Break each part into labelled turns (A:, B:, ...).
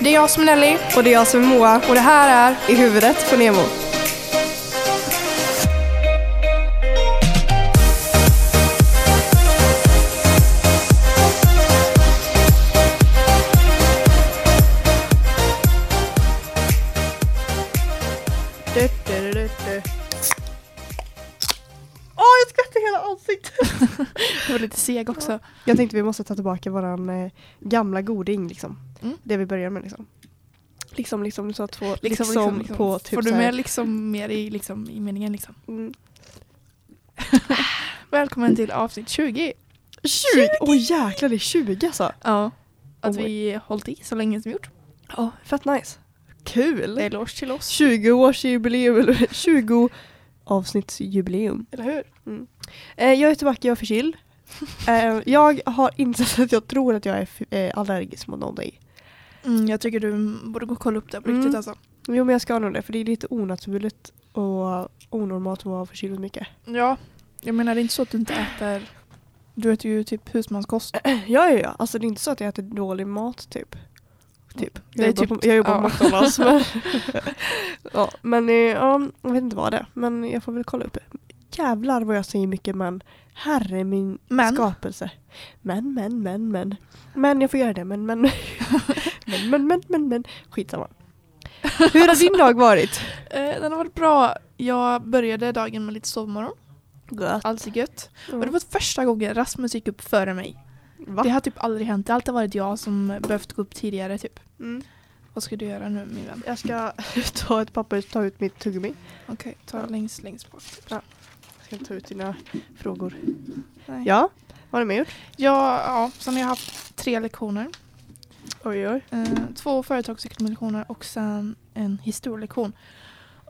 A: Det är jag som är Nelly
B: Och det är jag som är Moa.
A: och det här är
B: I huvudet på Nemo. Du, du, du, du. Åh, jag skrattar i hela ansiktet!
A: Jag var lite seg också.
B: Jag tänkte vi måste ta tillbaka våran eh, gamla goding liksom.
A: Mm.
B: Det vi började med liksom. Liksom, liksom, du sa två liksom, på typ
A: Får du
B: så här-
A: med liksom mer i, liksom, i meningen liksom?
B: Mm.
A: Välkommen till avsnitt 20.
B: 20! Åh jäklar, det är 20 alltså.
A: Ja. Oh. Att
B: Oj.
A: vi hållit i så länge som vi gjort.
B: Ja, fett nice.
A: Det är
B: Kul!
A: eloge till oss.
B: 20-årsjubileum, eller 20 avsnittsjubileum.
A: Eller hur?
B: Eh, jag är tillbaka, jag är förkyld. Eh, jag har insett att jag tror att jag är f- eh, allergisk mot någonting.
A: Mm, jag tycker du borde gå och kolla upp det på
B: Mm.
A: riktigt alltså.
B: Jo men jag ska nog det, för det är lite onaturligt och onormalt att vara förkyld mycket.
A: Ja. Jag menar det är inte så att du inte äter. Du äter ju typ husmanskost.
B: Ja, ja, ja. Alltså det är inte så att jag äter dålig mat typ. Typ.
A: Det
B: jag
A: är
B: jobbar
A: typ-
B: på, jag jobbar på
A: ja.
B: McDonalds. Men, ja, men eh, ja, jag vet inte vad det är. Men jag får väl kolla upp det. Jävlar vad jag säger mycket men. Herre min
A: Men.
B: skapelse. Men, men, men, men. Men jag får göra det. Men, men, men, men, men, men, men. Skitsamma. Hur har din dag varit?
A: Eh, den har varit bra. Jag började dagen med lite sovmorgon.
B: Gött.
A: Allt är gött. Och det
B: Mm.
A: var första gången Rasmus gick upp före mig.
B: Va?
A: Det har typ aldrig hänt. Det har alltid varit jag som behövt gå upp tidigare typ.
B: Mm.
A: Vad ska du göra nu min vän?
B: Jag ska ta ett papper och ta ut mitt tuggummi.
A: Okej, ta längst längst bak.
B: Jag ska ta ut dina frågor.
A: Nej.
B: Ja, vad har du mer gjort?
A: Ja, ja, sen har jag haft tre lektioner.
B: Oj, oj.
A: Eh, två företagsekonomilektioner och sen en historielektion.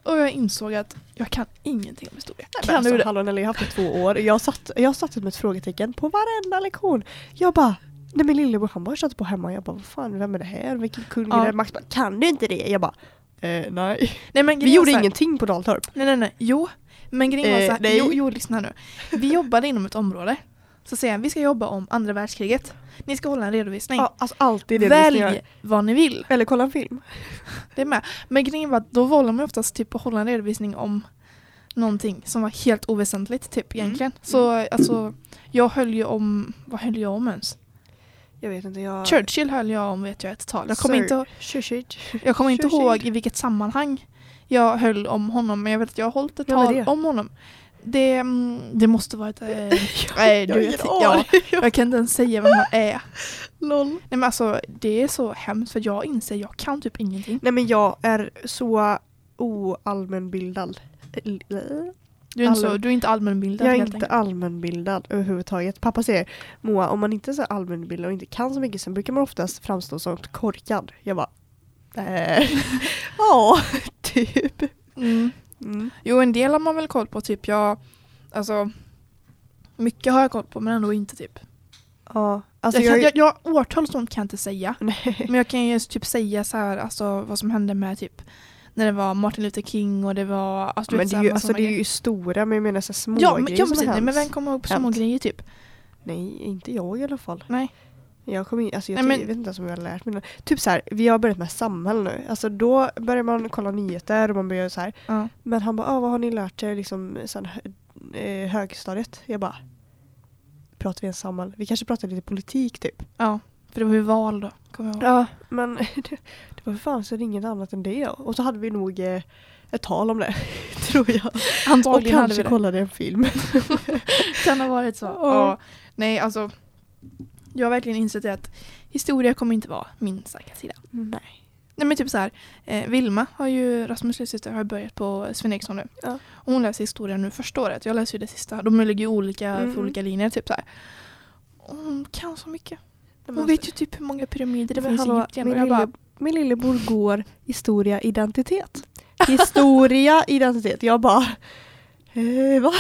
A: Och jag insåg att jag kan ingenting om historia.
B: Kan du det?
A: Alltså,
B: Hallå Nelly, jag har haft det i två år. Jag satt, jag satt med ett frågetecken på varenda lektion. Jag bara, när min lillebror han bara satt på hemma. Jag bara, vad fan, vem är det här? Vilken kung
A: Ja.
B: är det? Max bara, kan du inte det? Jag bara, eh, nej.
A: Nej, men grejen
B: Vi gjorde
A: var så här-
B: ingenting på Daltorp.
A: Nej, nej, nej. Jo, men grejen var
B: Eh,
A: så här,
B: nej.
A: jo, jo, lyssna nu. Vi jobbade inom ett område. Så säger jag, vi ska jobba om andra världskriget. Ni ska hålla en redovisning.
B: Ja, alltså alltid det vi ska göra.
A: Välj vad ni vill.
B: Eller kolla en film.
A: Det är med. Men grejen var att då valde man ju oftast typ att hålla en redovisning om någonting som var helt oväsentligt typ
B: Mm.
A: egentligen. Så alltså, jag höll ju om, vad höll jag om ens?
B: Jag vet inte, jag...
A: Churchill höll jag om vet jag ett tag. Jag kommer
B: Sir
A: inte, ihå-
B: Churchill.
A: jag kommer inte
B: Churchill.
A: ihåg i vilket sammanhang jag höll om honom men jag vet att jag har hållit ett
B: Ja, vad är
A: tal
B: det?
A: om honom. Det, mm, det måste vara ett... eh,
B: Nej,
A: nej,
B: du
A: du
B: jag
A: vet-
B: vet.
A: ja. jag kan inte ens säga vem han är.
B: Lol.
A: Nej men alltså det är så hemskt för jag inser jag kan typ ingenting.
B: Nej men jag är så oallmänbildad. L-
A: Du är, inte så,
B: Allmän-
A: du är inte allmänbildad
B: Jag är
A: helt
B: inte
A: enkelt.
B: allmänbildad överhuvudtaget. Pappa säger, Moa, om man inte är så allmänbildad och inte kan så mycket så brukar man oftast framstå som korkad. Jag bara, eh, ja, typ.
A: Mm.
B: Mm.
A: Jo, en del har man väl koll på. Typ jag, alltså, mycket har jag koll på men ändå inte typ.
B: Ja, alltså
A: jag,
B: jag,
A: kan, jag, jag, årtal och sånt kan jag inte säga.
B: nej.
A: Men jag kan ju typ säga så här, alltså, vad som hände med typ när det var Martin Luther King och det var... Alltså, du
B: Men
A: vet,
B: det
A: så
B: är
A: här,
B: ju,
A: massa
B: alltså, det är
A: grejer.
B: ju stora, men jag menar så här små
A: Ja, men,
B: grejer
A: ja
B: som
A: precis.
B: har
A: Nej, men vem
B: hänt.
A: kommer ihåg på små
B: Hänt.
A: grejer typ?
B: Nej, inte jag i alla fall.
A: Nej.
B: Jag, kommer in, alltså jag,
A: Nej,
B: ty-
A: men-
B: jag vet inte ens om jag har lärt mig något. Typ så här, vi har börjat med samhälle nu. Alltså då börjar man kolla nyheter och man börjar så här.
A: Ja.
B: Men han bara, ah, vad har ni lärt er liksom, sen hö eh, högstadiet? Jag bara, pratar vi ens samman? Vi kanske pratar lite politik typ.
A: ja. För det var ju val då, kommer jag ihåg.
B: Ja, men det, det var för fan så det är inget annat än det. Och så hade vi nog eh, ett tal om det, tror jag. Och
A: Antagligen hade vi
B: kanske
A: det.
B: kollade en film.
A: Kan ha varit så.
B: Ja.
A: Ja. Nej, alltså. Jag har verkligen insett det att historia kommer inte vara min starka sida.
B: Nej.
A: Nej men typ så här, eh, Vilma har ju, Rasmus lillasyster har ju börjat på Sven Eriksson nu.
B: Ja.
A: Och hon läser historia nu första året. Jag läser ju det sista. De ligger ju olika
B: Mm.
A: för olika linjer typ så här. Och Hon kan så mycket.
B: Men
A: Hon
B: alltså,
A: vet ju typ hur många pyramider det
B: men
A: finns i
B: hallå,
A: Egypten. Och
B: min
A: jag bara,
B: lille- Min lillebror går historia, identitet. Historia, identitet. Jag bara, eh, va?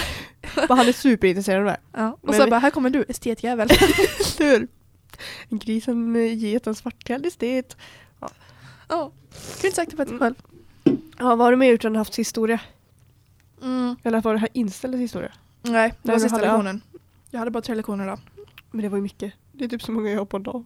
B: Men han är superintresserad av det här.
A: ja. Och
B: men-
A: så bara, här kommer du estetjävel.
B: Tur. En gris, en eh, get, en svartklädd estet.
A: Ja. Kunde inte sagt det bättre
B: Mm.
A: själv.
B: Ja, vad har du mer gjort än haft historia?
A: Mm.
B: Eller vad har du här inställd historia?
A: Nej, det
B: du
A: var sista
B: hade- ja.
A: lektionen. Jag hade bara tre lektioner idag.
B: Men det var ju mycket. Det är typ så många jag har på en dag.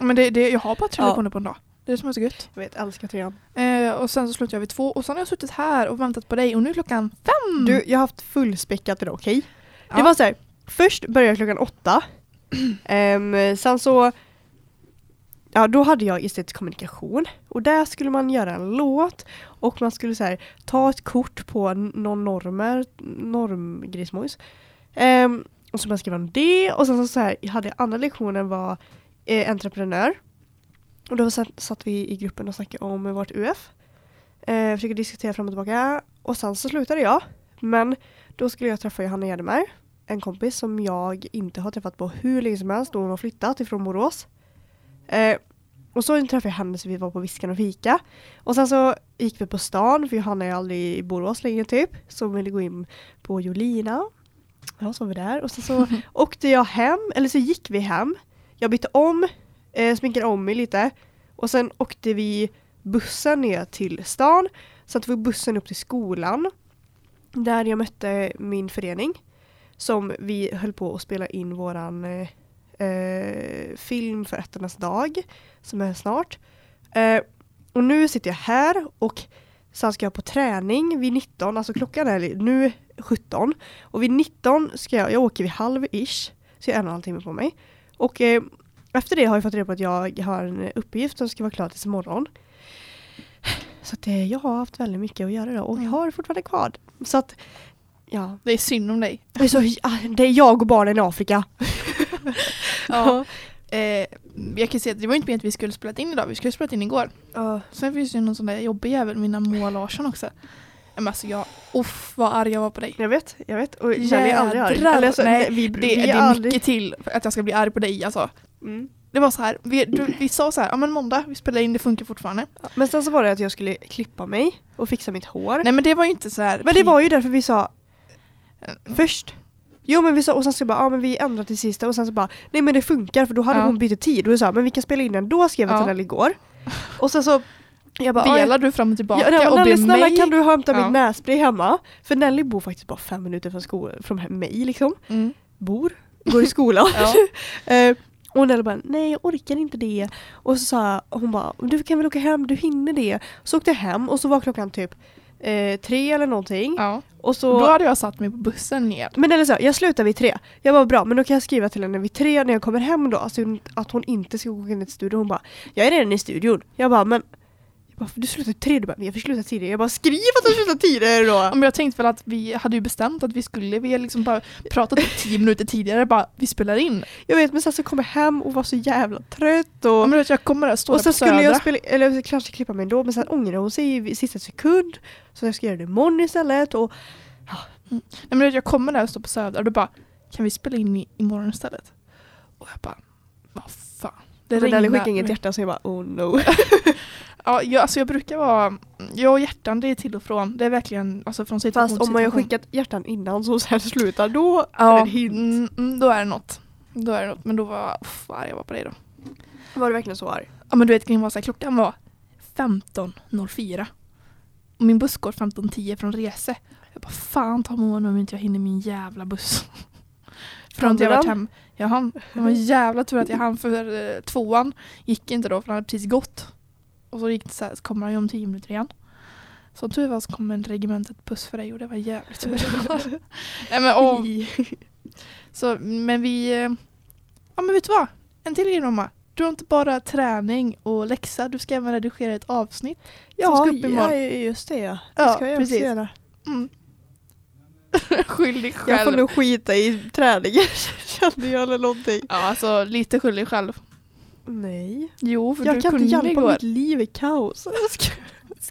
A: Men det, det, jag har bara tre
B: Ja.
A: lektioner på en dag. Det är det som är så gött.
B: Jag vet, älskar trean.
A: Eh, och sen så slutade jag vid två och sen har jag suttit här och väntat på dig och nu är klockan fem.
B: Du, jag har haft fullspäckat idag, okej? Det
A: Ja.
B: var så här, först började klockan åtta. Ehm, sen så, ja då hade jag estetisk kommunikation. Och där skulle man göra en låt. Och man skulle så här, ta ett kort på n- någon normer, normgrismojs. Ehm, och så man skrev om det. Och sen så, så här, jag hade andra lektionen var eh, entreprenör. Och då satt, satt vi i gruppen och snackade om vårt UF. Eh, försökte diskutera fram och tillbaka. Och sen så slutade jag. Men då skulle jag träffa Johanna Gerdemar, en kompis som jag inte har träffat på hur länge som helst då hon har flyttat ifrån Borås. Eh, och så träffade jag henne så vi var på Viskan och fika. Och sen så gick vi på stan för Johanna är aldrig i Borås längre typ. Så hon ville gå in på Jolina. Ja, så var vi där. Och sen så åkte jag hem, eller så gick vi hem. Jag bytte om, eh, sminkade om mig lite. Och sen åkte vi bussen ner till stan. Så att vi bussen upp till skolan där jag mötte min förening som vi höll på att spela in våran eh, eh, film för ätternas dag som är snart. Eh, och nu sitter jag här och sen ska jag på träning vid 19, alltså klockan är nu 17 och vid 19 ska jag, jag åker vid halv ish så jag har en och en halv timme på mig. Och eh, efter det har jag fått reda på att jag har en uppgift som ska vara klar tills imorgon. Så att, eh, jag har haft väldigt mycket att göra idag och jag
A: Mm.
B: har fortfarande kvar. Så att, ja.
A: Det är synd om dig.
B: Det är, så, ah, det är jag och barnen i Afrika.
A: Ja. Eh, jag kan säga att det var inte meningen att vi skulle spela in idag, vi skulle spela in igår.
B: Ja.
A: Sen finns det ju någon sån där jobbig jävel, mina Moa Larsson också. Men alltså jag, uff vad arg jag var på dig.
B: Jag vet, jag vet. Och Jenny är aldrig arg.
A: Jädrar,
B: Eller alltså,
A: nej,
B: vi,
A: Det,
B: vi
A: det är
B: aldrig...
A: mycket till för att jag ska bli arg på dig alltså.
B: Mm.
A: Det var så här, vi, du, vi sa så här, ja men måndag, vi spelar in, det funkar fortfarande.
B: Men sen så var det att jag skulle klippa mig och fixa mitt hår.
A: Nej men det var ju inte så här.
B: Men det var ju därför vi sa först. Jo men vi sa, och sen så bara, ja men vi ändrar till sista och sen så bara, nej men det funkar för då hade
A: Ja.
B: hon bytt tid och vi sa, men vi kan spela in den då skrev jag
A: Ja.
B: till henne igår. Och sen så, jag bara, ja, jag-
A: Velar du fram och tillbaka
B: Ja, och
A: och
B: Nelly
A: ber
B: snälla
A: mig...
B: kan du hämta
A: Ja.
B: mitt nässpray hemma? För Nelly bor faktiskt bara fem minuter från, sko- från he- mig liksom.
A: Mm.
B: Bor, går i skolan.
A: Ja.
B: eh, och Nelly bara nej jag orkar inte det. Och så sa jag- hon bara du kan väl åka hem, du hinner det. Så åkte jag hem och så var klockan typ eh, tre eller någonting.
A: ja.
B: Och så,
A: Då hade jag satt mig på bussen ner.
B: Men Nelly sa jag slutar vid tre. Jag var bra men då kan jag skriva till henne vid tre när jag kommer hem då. Alltså att hon inte ska gå in till studion. Hon bara jag är redan i studion. Jag bara men jag bara, du slutar vid tre, du bara, men jag fick sluta tidigare. Jag bara, skriv att jag slutar tidigare då!
A: Ja, Men jag tänkte väl att vi hade ju bestämt att vi skulle, vi hade liksom bara pratat i tio minuter tidigare, bara vi spelar in.
B: Jag vet men sen så kom jag hem och var så jävla trött
A: Ja,
B: och,
A: men du vet, jag kommer där och står
B: och
A: där på
B: sen
A: Södra.
B: skulle jag spela, eller jag kanske klippa mig ändå men sen ångrade hon sig i sista sekund så jag ska göra det imorgon istället och
A: Nej, men du vet, jag kommer där och står på Södra och du bara kan vi spela in i, imorgon istället? Och jag bara vad fan. Det
B: men Nelly
A: regnar.
B: skickade inget hjärta så jag bara oh no.
A: Ja, jag, alltså jag brukar vara, jag och hjärtan det är till och från. Det är verkligen alltså från situation
B: Fast
A: till
B: om man har
A: situation.
B: skickat hjärtan innan så sen slutar då är
A: ja,
B: det en hint.
A: mm, mm, då är det något. Då är det något. Men då var uff, vad arg jag var på dig då.
B: Var du verkligen så arg?
A: Ja men du vet Grim var så här, klockan var 15.04. Och min buss går 15.10 från Rese. Jag bara fan ta mig om inte jag hinner min jävla buss. Från att jag varit hem. Jag hann. Det var en jävla tur att jag hann för eh, tvåan gick inte då för han hade precis gått. Och så gick det så, här, så kommer han ju om 10 minuter igen. Som tur var så kom en regementet buss för dig och det var jävligt tur. Nej, men, och,
B: I-
A: så, men vi... eh, Ja men vet du vad? En till grej mamma. Du har inte bara träning och läxa, du ska även redigera ett avsnitt.
B: Ja,
A: ska upp imorgon.
B: ja just det ja. Det
A: Ja,
B: ska jag
A: precis.
B: precis. Göra.
A: Mm. skyldig själv.
B: Jag får nog skita i träningen kände jag eller någonting.
A: Ja alltså lite skyldig själv.
B: Nej.
A: Jo för
B: jag
A: du
B: kan
A: kunde
B: inte hjälpa
A: igår.
B: mitt liv i kaos.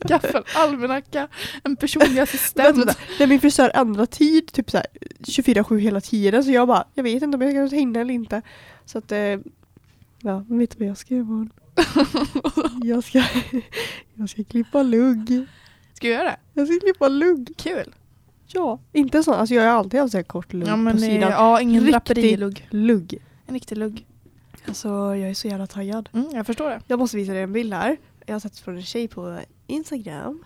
A: Skaffa en almanacka, en personlig assistent.
B: Vänta, vänta. När min frisör ändrar tid typ så här 24-7 hela tiden så jag bara, jag vet inte om jag kan hinna eller inte. Så att, eh, ja, men vet du vad jag ska göra imorgon? jag, ska, jag ska klippa lugg.
A: Ska jag göra det?
B: Jag ska klippa lugg.
A: Kul.
B: Ja, inte sån, alltså jag har alltid haft så här kort lugg
A: Ja men
B: på
A: eh,
B: sidan.
A: ja, ingen
B: Riktigt.
A: draperilugg.
B: Lugg.
A: En riktig lugg.
B: Alltså jag är så jävla taggad.
A: Mm, jag förstår det.
B: Jag måste visa dig en bild här. Jag har sett från en tjej på Instagram.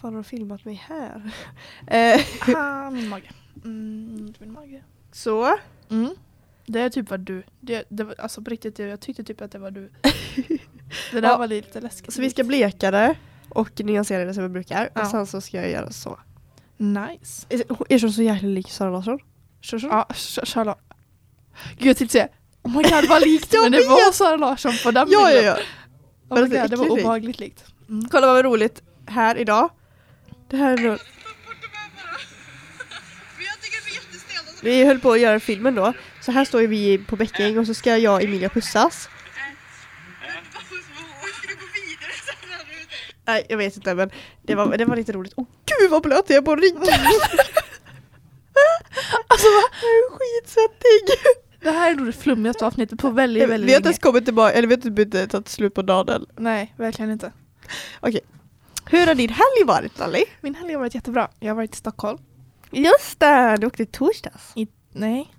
B: Fan har de filmat mig här? Eh,
A: Ah, min mage. Mm, min mage.
B: så.
A: Mm. Det är typ vad du, det, det, var- alltså på riktigt, jag tyckte typ att det var du. Det där
B: Ja.
A: var lite läskigt.
B: Så vi ska bleka det och nyansera det som vi brukar.
A: Ja.
B: Och sen så ska jag göra så.
A: Nice.
B: Är hon så jäkla lik Sara Larsson? Kör så.
A: Ja, Sh- Charlotte. Gud jag tänkte säga, oh my god vad likt
B: Jag
A: men det
B: vet.
A: var Sara Larsson på den
B: Ja, ja,
A: bilden.
B: ja.
A: Oh my
B: Väldigt
A: god, det var
B: äcklig lik.
A: obehagligt likt. Mm.
B: Kolla vad roligt här idag. Det här är nog-
C: Men jag tycker det är jättestelt. Alltså,
B: Vi höll på att göra filmen då. Så här står ju vi på Bäcking och så ska jag och Emilia pussas.
C: hur ska du gå vidare sen här ute?
B: Nej, jag vet inte men det var, det var lite roligt. Åh gud vad blöt jag är på ryggen! alltså va? Jag är skitsvettig!
A: Det här är nog det flummigaste avsnittet på väldigt, väldigt
B: Vi har inte
A: länge.
B: ens kommit tillbaka, eller vi har inte inte tagit slut på dagen än.
A: Nej, verkligen inte.
B: Hur har din helg varit Lally?
A: Min helg har varit jättebra. Jag har varit i Stockholm.
B: Just det, du åkte i torsdags.
A: I, nej,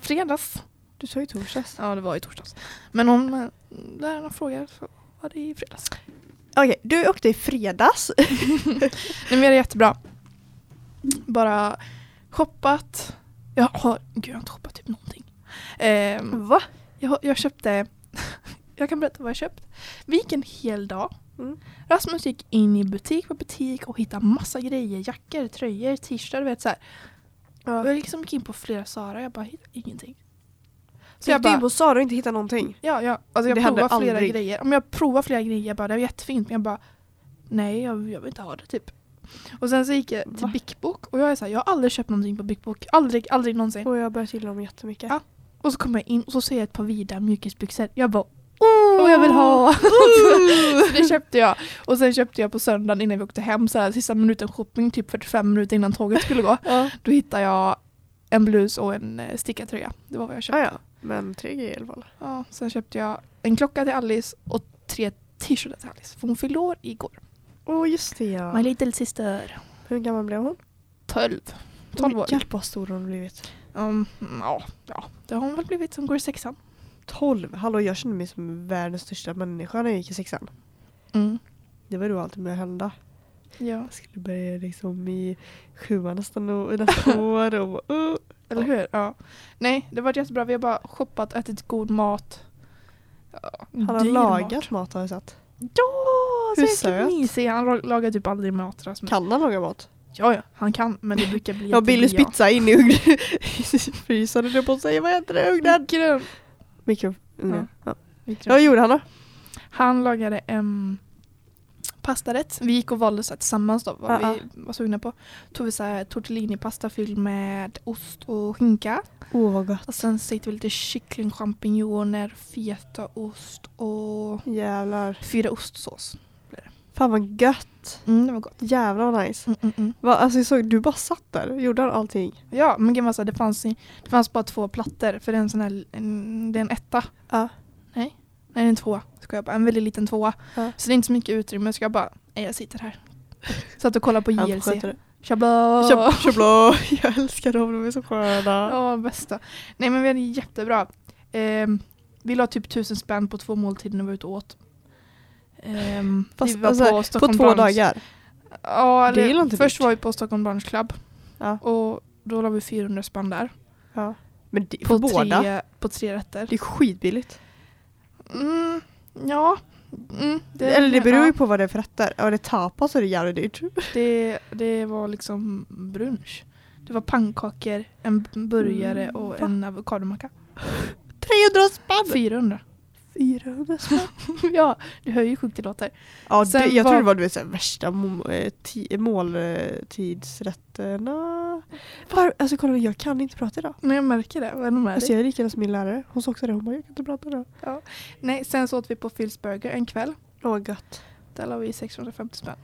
A: fredags.
B: Du sa ju torsdags.
A: Ja, det var i torsdags. Men om eh, lärarna frågar så var det i fredags.
B: Okej, du åkte i fredags.
A: Nej, men jag är jättebra. Bara shoppat. Jag har, gud, jag har inte shoppat typ någonting. Ehm,
B: Va?
A: jag, jag köpte, jag kan berätta vad jag köpt. Vi gick en hel dag.
B: Mm.
A: Rasmus gick in i butik på butik och hittade massa grejer. Jackor, tröjor, t-shirtar, du vet så här.
B: Ja.
A: Och jag liksom gick in på flera Sara jag bara hittade ingenting.
B: Så jag gick in på Sara och inte hittade någonting.
A: Ja, ja. Alltså jag
B: Det händer
A: provar flera
B: aldrig.
A: grejer. Om jag provar flera grejer, jag bara det var jättefint men jag bara nej jag, jag vill inte ha det typ. Och sen så gick jag till
B: Va?
A: Big Book och jag är så här, jag har aldrig köpt någonting på Big Book. Aldrig, aldrig någonsin.
B: Och jag började gilla dem jättemycket.
A: Ja. Och så kommer jag in och så ser jag ett par vida mjukisbyxor. Jag bara åh jag vill ha! så det köpte jag. Och sen köpte jag på söndagen innan vi åkte hem så här sista minuten shopping typ 45 minuter innan tåget skulle gå.
B: Ja.
A: Då hittade jag en blus och en eh, stickad tröja. Det var vad jag köpte.
B: Ja, ja. Men tre grejer i alla fall.
A: Ja, sen köpte jag en klocka till Alice och tre t-shirtar till Alice. För hon fyllde år igår.
B: Åh just det ja.
A: My little sister.
B: Hur gammal blev hon?
A: 12. 12 år.
B: Hjälp vad stor hon blivit.
A: Um, ja, ja, det har hon väl blivit som går i sexan.
B: 12? Hallå jag kände mig som världens största människa när jag gick i sexan.
A: Mm.
B: Det var då alltid med hända.
A: Ja,
B: Jag skulle börja liksom i sjuan nästan och, nästa år och bara, uh.
A: eller hur? Ja. Nej, det har varit jättebra. Vi har bara shoppat, ätit god mat. Ja,
B: Han har
A: dyr
B: lagat
A: Mat.
B: mat har jag sett.
A: Ja,
B: Hur
A: så jäkla
B: söt.
A: mysig. Han la- lagar typ aldrig mat. Rasmus.
B: Kan han laga mat?
A: Ja, ja, han kan. Men det brukar bli
B: Jag har Billys
A: jättebra.
B: pizza inne i ugnen. I frysen höll jag på att säga, vad heter det? Ugnen?
A: Grön.
B: Mikro...
A: Ja.
B: Ja. Mm. Ja.
A: Vilken-
B: Vad gjorde han då?
A: Han lagade en pastarätt. Vi gick och valde så här tillsammans då, vad
B: Ja,
A: vi var sugna på. Tog vi så här tortellini-pasta fylld med ost och skinka.
B: Åh oh, vad gott.
A: Och sen så hittade vi lite kyckling, champinjoner, fetaost och
B: Jävlar.
A: fyra ostsås.
B: Fan vad gött.
A: Mm, det var gott.
B: Jävlar vad nice.
A: Mm, mm, mm.
B: Va, alltså jag såg, du bara satt där och gjorde allting.
A: Ja, men grejen var så här, det, fanns, i- det fanns bara två plattor för det är en sån här, en, det är en etta.
B: Ja.
A: Nej, nej det är en tvåa. Ska jag bara, en väldigt liten tvåa.
B: Ja.
A: Så det är inte så mycket utrymme så jag bara, nej jag sitter här. Satt och kollade på
B: Han
A: JLC.
B: sköter det.
A: Tjabla!
B: Köp, köp blå. Jag älskar dem, de är så sköna.
A: Ja, bästa. Nej men vi hade jättebra. Ehm, vi la typ tusen spänn på två måltider när vi var ute och åt. Ehm,
B: Fast,
A: vi var
B: alltså,
A: på,
B: På
A: Stockholm
B: två
A: Brunch.
B: dagar.
A: Ja,
B: Det är ju
A: eller,
B: inte
A: först
B: dyrt.
A: var vi på Stockholm Brunch Club.
B: Ja.
A: Och då la vi 400 spänn där.
B: Ja. Men det,
A: På
B: för båda.
A: tre, på tre rätter.
B: Det är skitbilligt.
A: Mm, ja. Mm,
B: Eller det beror ju
A: ja,
B: på vad det är för rätter. Ja, det är tapas så är det jävligt dyrt.
A: det, det var liksom brunch. Det var pannkakor, en burgare
B: Mm,
A: och
B: va?
A: en avokadomacka.
B: 300 spänn!
A: 400.
B: 400 spänn.
A: ja, det hör ju sjukt det låter.
B: Ja,
A: Sen
B: det, jag
A: var-
B: tror det var du vet, så här, värsta mo- eh, ti- måltidsrätterna. Var, alltså kolla, jag kan inte prata idag.
A: Men jag märker det. Vad är det med
B: Alltså,
A: dig?
B: jag är likadan som min lärare. Hon sa också det. Hon bara, jag kan inte prata idag.
A: Nej, sen så åt vi på Phil's Burger en kväll.
B: Åh, gött.
A: Där la vi 650 spänn.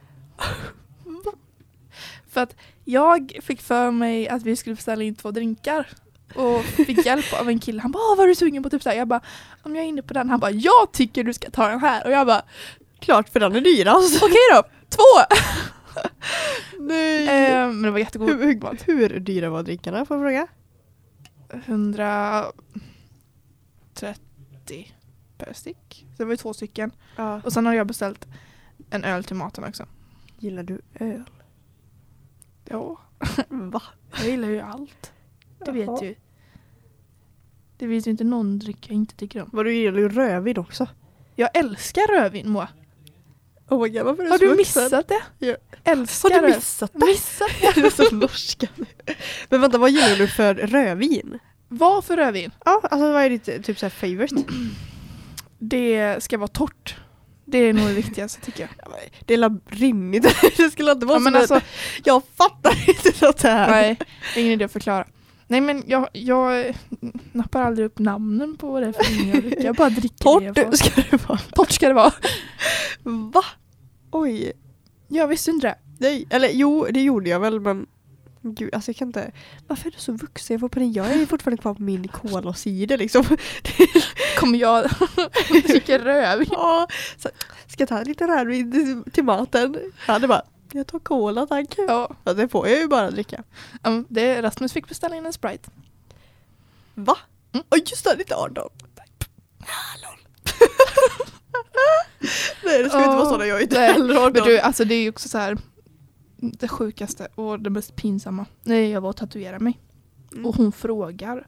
A: för att jag fick för mig att vi skulle beställa in två drinkar. Och fick hjälp av en kille. Han bara, "Åh, vad är du sugen på? Typ så här. Jag bara, om jag är inne på den. Han bara, jag tycker du ska ta den här. Och jag bara,
B: Klart, för den är dyrast.
A: okej då, två!
B: Nej.
A: eh, men det var jättegod
B: hur,
A: mat.
B: hur, hur dyra var drinkarna? Får jag fråga?
A: 130 per styck. Så det var ju två stycken.
B: Ja.
A: Och sen har jag beställt en öl till maten också.
B: Gillar du öl?
A: Ja.
B: Va?
A: Jag gillar ju allt. Du
B: Jaha.
A: vet ju. Det finns ju inte någon dryck jag inte tycker om.
B: Vad du gillar ju rödvin också.
A: Jag älskar rödvin Moa.
B: Oh my God, varför är
A: Har du
B: vuxen?
A: missat det?
B: Ja.
A: Älskar
B: Har du
A: rödvin.
B: missat det?
A: Missat det?
B: Du är så norska nu. Men vänta, vad gillar du för rödvin?
A: Vad för rödvin?
B: Ja, alltså vad är ditt eh, typ så här favorite?
A: Det ska vara torrt. Det är nog det viktigaste tycker jag.
B: Det är la- rimligt. Det skulle inte vara
A: Ja, men
B: så
A: alltså,
B: Jag fattar inte något här.
A: nej, det är ingen idé att förklara. Nej men jag, jag nappar aldrig upp namnen på vad det är för vin jag dricker. Jag bara dricker det jag
B: Torrt
A: får.
B: ska det vara.
A: Torrt ska det vara.
B: Va? Oj.
A: Jag visste inte det.
B: Nej, eller jo, det gjorde jag väl men Gud, alltså jag kan inte. Varför är du så vuxen? Jag får på den. Jag är ju fortfarande kvar på min kolasida liksom.
A: Kommer jag dricka rödvin?
B: Ja, så, ska jag ta lite rödvin till- till maten? Han är bara, jag tar cola tack.
A: Ja,
B: Ja, det får jag ju bara dricka.
A: mm, det, Rasmus fick beställa in en Sprite.
B: Va? Ja
A: Mm.
B: just det, lite 18. Ah, lol. Nej det ska inte vara
A: Ja,
B: så när jag är inte
A: nej.
B: heller 18.
A: Men du, alltså det är ju också så här det sjukaste och det mest pinsamma. När jag var och tatuerade mig
B: Mm.
A: och hon frågar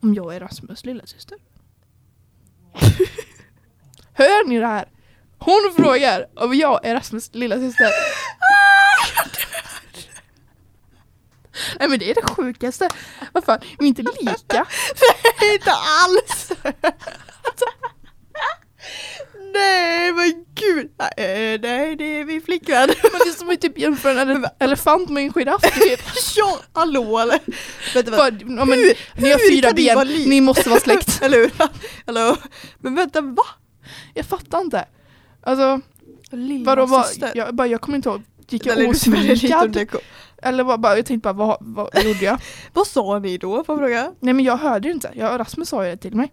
A: om jag är Rasmus lillasyster. Hör ni det här? Hon frågar om jag är Rasmus lillasyster. Nej men det är det sjukaste. Vad fan, vi är inte lika.
B: Nej inte alls! nej men gud! Nej, eh, nej det är min flickvän.
A: Men det är som att typ jämföra en elefant med en giraff. Typ.
B: ja, hallå eller? Vänta, vänta.
A: Bara, ja, men,
B: Hur-
A: ni har
B: hur
A: fyra
B: kan ni vara
A: ben,
B: li-
A: ni måste vara släkt.
B: Eller hur? Hallå? Men vänta va?
A: Jag fattar inte. Alltså,
B: Lilla
A: vadå, vad,
B: syster.
A: jag, bara, jag kommer inte ihåg. Gick
B: Eller
A: jag
B: du spelar lite om
A: osminkad?
B: det kom-
A: Eller vad, bara, jag tänkte bara, vad, vad gjorde jag?
B: Vad sa ni då? Får jag fråga?
A: Nej men jag hörde ju inte. Jag, Rasmus sa ju det till mig.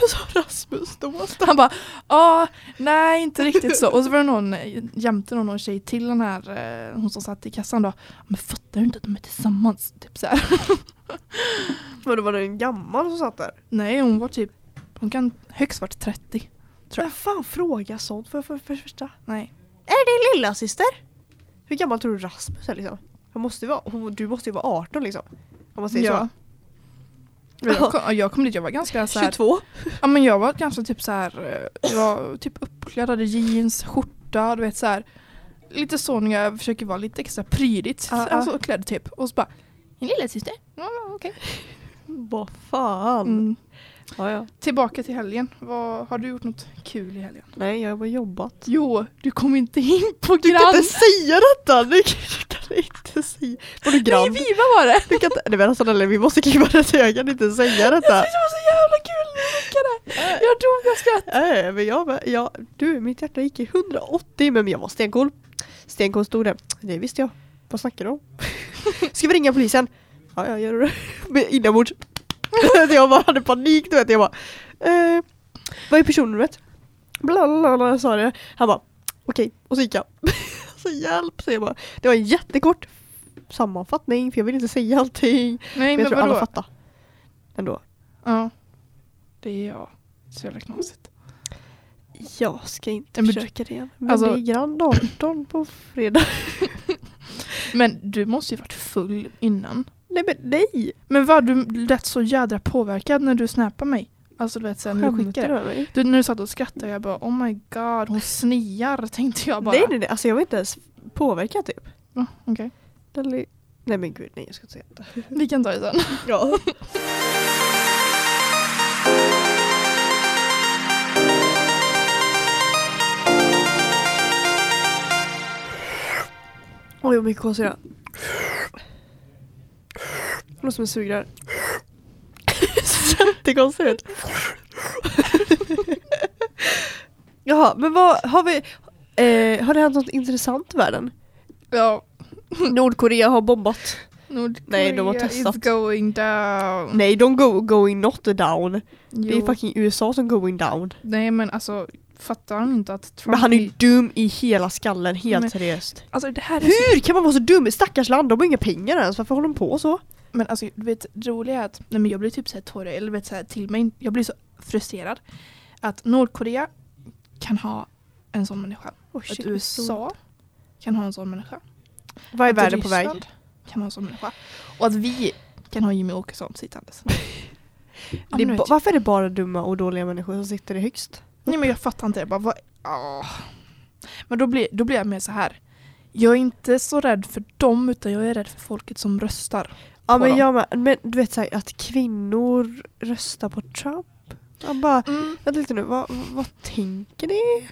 B: Vad sa Rasmus då?
A: Han bara, ja, nej inte riktigt så. Och så var det någon, eh, jämte någon, någon tjej till den här, eh, hon som satt i kassan då. Men fattar du inte att de är tillsammans? Typ så här.
B: Men det var en gammal som satt där.
A: Nej hon var typ, hon kan högst varit 30. Tror jag.
B: Men fan fråga sånt för, för, för det första.
A: Nej.
B: Är det din lilla syster? Hur gammal tror du Rasmus är liksom? Han måste ju vara, hon, du måste ju vara 18 liksom. Om man säger
A: Ja. Men Jag kom, jag kom dit, jag var ganska
B: så.
A: så här,
B: 22.
A: Ja men jag var ganska typ så här, eh, jag var typ uppklädd, hade jeans, skjorta, du vet så här. Lite så när jag försöker vara lite extra prydigt
B: Ja, ja.
A: alltså, klädd typ. Och så bara, min lilla syster. Ja, okej.
B: Vad fan.
A: Mm.
B: Ja, ja.
A: Tillbaka till helgen, Vad, har du gjort något kul i helgen?
B: Nej, jag har bara jobbat.
A: Jo, du kom inte in på
B: Du kan
A: Grand.
B: inte säga detta! Du kan, du kan inte säga. Vadå
A: Nej,
B: grand?
A: Viva var det!
B: Du kan inte, nej men alltså Nelly, vi måste klippa det här. jag kan inte säga detta.
A: Det var så jävla kul när jag skickade! Jag dog av skratt.
B: Nej men jag, var- jag, du mitt hjärta gick i 180 men jag var stenkoll. Stenkoll stod det. Det visste jag. Vad snackar du om? Ska vi ringa polisen? Ja, jag gör det. Men Inombords. jag bara hade panik du vet. Jag bara, eh, vad är personnumret? Bla bla bla, bla sa det. Han bara, okej. Och så gick jag. så hjälp säger jag bara. Det var en jättekort sammanfattning för jag vill inte säga allting.
A: Nej
B: Men jag
A: men
B: tror alla
A: vadå?
B: fattar. Ändå.
A: Ja. Det är jag. Så jävla knasigt.
B: Jag ska inte
A: Nej, men
B: försöka det igen. Men
A: alltså-
B: det är grand 18 på fredag.
A: Men du måste ju varit full innan.
B: Nej men nej!
A: Men vad, du lät så jädra påverkad när du snappade mig. Alltså du vet sen när du
B: Skämtar
A: skickade.
B: du
A: det.
B: med mig?
A: Du, när du satt och skrattade jag bara oh my god hon sniar tänkte jag bara.
B: Nej nej nej, alltså jag var inte ens påverkad typ.
A: Ja, okej.
B: Eller- Nej men gud nej jag ska inte säga det.
A: Vi kan ta det sen.
B: Ja. Oj vad mycket kolsyra. Det låter som en sugrör. Jättekonstigt ut. Jaha, men vad har vi... Eh, har det hänt något intressant i världen?
A: Ja.
B: Nordkorea har bombat.
A: Nordkorea
B: Nej, de har
A: is
B: testat.
A: going down.
B: Nej, de go going not down. Det är
A: Jo.
B: fucking USA som going down.
A: Nej men alltså fattar han inte att Trump
B: Men han är ju dum i hela skallen, helt
A: Men-
B: seriöst.
A: Alltså det här är så...
B: Hur kan man vara så dum? Stackars land, de har inga pengar ens. Varför håller de på så?
A: Men alltså du vet det roliga är att nej, men jag blir typ såhär tårögd eller vet, så här, till mig. Jag blir så frustrerad. Att Nordkorea kan ha en sån människa.
B: Oh,
A: Att USA kan ha en sån människa.
B: Vad är
A: Att
B: världen på väg?
A: Ryssland Kan ha en sån människa. Och att vi kan ha Jimmy Åkesson sittandes. Ja,
B: det är
A: men du
B: ba-
A: vet.
B: varför är det bara dumma och dåliga människor som sitter i högst?
A: Nej men jag fattar inte. Jag bara, vad? ah. Men då blir, då blir jag mer så här. Jag är inte så rädd för dem utan jag är rädd för folket som röstar.
B: Ja
A: På
B: men
A: dem.
B: jag med, men du vet så här, att kvinnor röstar på Trump. Jag bara, vänta lite nu, vad, vad tänker ni?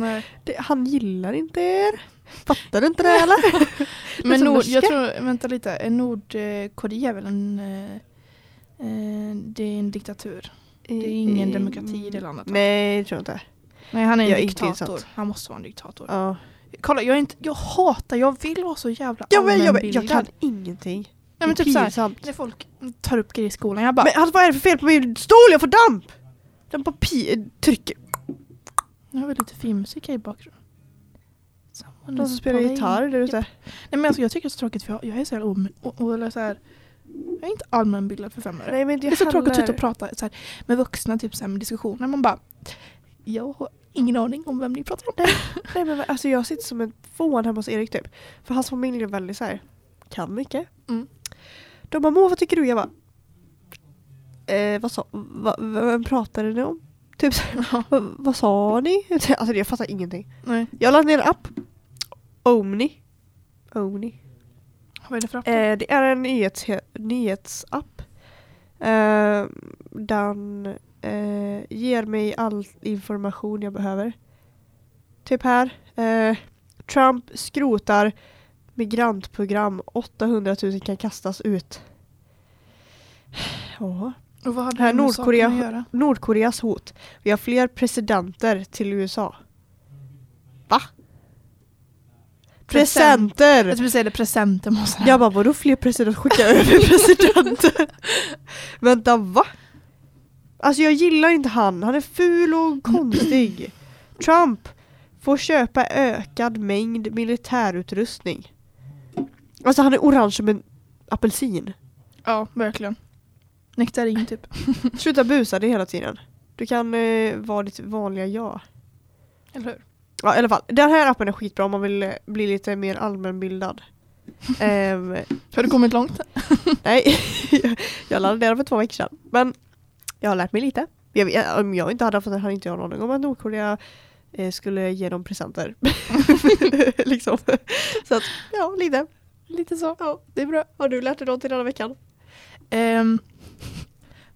A: Nej.
B: Det, han gillar inte er. Fattar du inte det eller?
A: Men
B: som
A: nord,
B: norska.
A: jag tror, vänta lite, Eh, Nordkorea är väl en, eh, eh, det är en diktatur. Det är ingen demokrati i det landet. va?
B: Mm, Nej, det tror jag inte.
A: Nej han är en
B: jag är inte
A: diktator.
B: insatt.
A: Han måste vara en diktator.
B: Ja.
A: Kolla jag, är inte, jag hatar, jag vill vara så jävla
B: Jag, men, jag, men, jag
A: allmänbildad.
B: kan ingenting.
A: Nej, men
B: det är
A: typ så här,
B: pinsamt.
A: när folk tar upp grejer i skolan, jag bara
B: Men alltså, vad är det för fel på min stol? Jag får damp! Den på pi- eh, trycker.
A: Nu har vi lite filmmusik här i bakgrunden. Someone
B: De som
A: is
B: spelar
A: playing.
B: gitarr där ute.
A: Nej men alltså jag tycker det är så tråkigt för jag, jag är så jävla om, o- o- eller så här, Jag är inte allmänbildad för fem öre.
B: Nej, men
A: Det är så tråkigt att sitta och prata så här, med vuxna typ så här, med diskussioner. Man bara Jag har ingen aning om vem ni pratar om.
B: Nej men alltså jag sitter som en fån hemma hos Erik typ. För hans familj är väldigt så här, kan mycket.
A: Mm.
B: De bara, Moa vad tycker du? Jag bara, eh, vad sa, va, vem pratade ni om? Typ så här, "Va- vad sa ni? Alltså jag fattar ingenting.
A: Nej.
B: Jag laddade ner en app, Omni. Omni.
A: Vad är det för app?
B: Eh, det är en nyhets nyhetsapp. Eh, den eh, ger mig all information jag behöver. Typ här. Eh, Trump skrotar migrantprogram. 800 000 kan kastas ut. Ja.
A: Och vad har det
B: här
A: med
B: Nordkorea-
A: saken att göra?
B: Nordkoreas hot. Vi har fler presidenter till USA. Va?
A: Present.
B: Presenter!
A: Jag skulle säga det presenter måste
B: Jag bara, vadå fler presidenter? Skicka över presidenter? Vänta, va? Alltså jag gillar inte han, han är ful och konstig. Trump får köpa ökad mängd militärutrustning. Alltså han är orange som en apelsin.
A: Ja, verkligen. Nektarin typ.
B: Sluta busa det hela tiden. Du kan eh, vara ditt vanliga jag.
A: Eller hur?
B: Ja i alla fall, den här appen är skitbra om man vill eh, bli lite mer allmänbildad. Ehm,
A: Har du kommit långt?
B: Nej, jag laddade ner den för två veckor sedan. Men jag har lärt mig lite. Jag, vet- om jag inte hade fått det hade inte jag någon aning om att Nordkorea eh, skulle ge dem presenter. liksom. Så att, ja, lite.
A: Lite så.
B: Ja.
A: Det är bra.
B: Har du lärt dig någonting den här veckan?
A: Ehm,